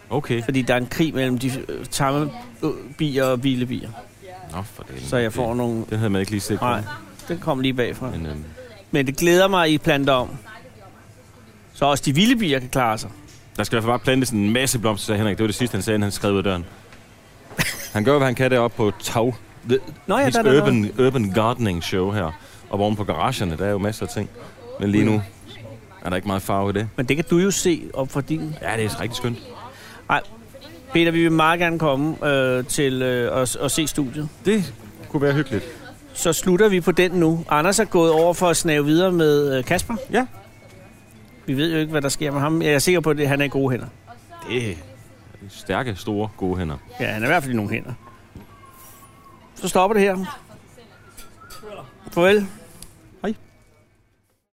Okay.
fordi der er en krig mellem de øh, tamme øh, bier og vilde bier.
Nå, for det
Så jeg får nogle...
Det havde man ikke lige set.
Nej, den kom lige bagfra.
Men, øhm,
Men det glæder mig, at I planter om. Så også de vilde bier kan klare sig.
der skal i hvert fald bare plantes en masse blomster, sagde Henrik. Det var det sidste, han sagde, inden han skrev ud af døren. Han gør, hvad han kan deroppe på tag. The,
Nå ja,
His
der er der noget.
urban, urban gardening show her. Og oven på garagerne, der er jo masser af ting. Men lige nu er der ikke meget farve i det.
Men det kan du jo se op fra din.
Ja, det er rigtig skønt.
Peter, vi vil meget gerne komme øh, til øh, at, at se studiet.
Det kunne være hyggeligt.
Så slutter vi på den nu. Anders er gået over for at snave videre med øh, Kasper.
Ja.
Vi ved jo ikke, hvad der sker med ham. Jeg er sikker på, at han er i gode hænder.
Det er stærke, store, gode hænder.
Ja, han er i hvert fald i nogle hænder. Så stopper det her. Farvel.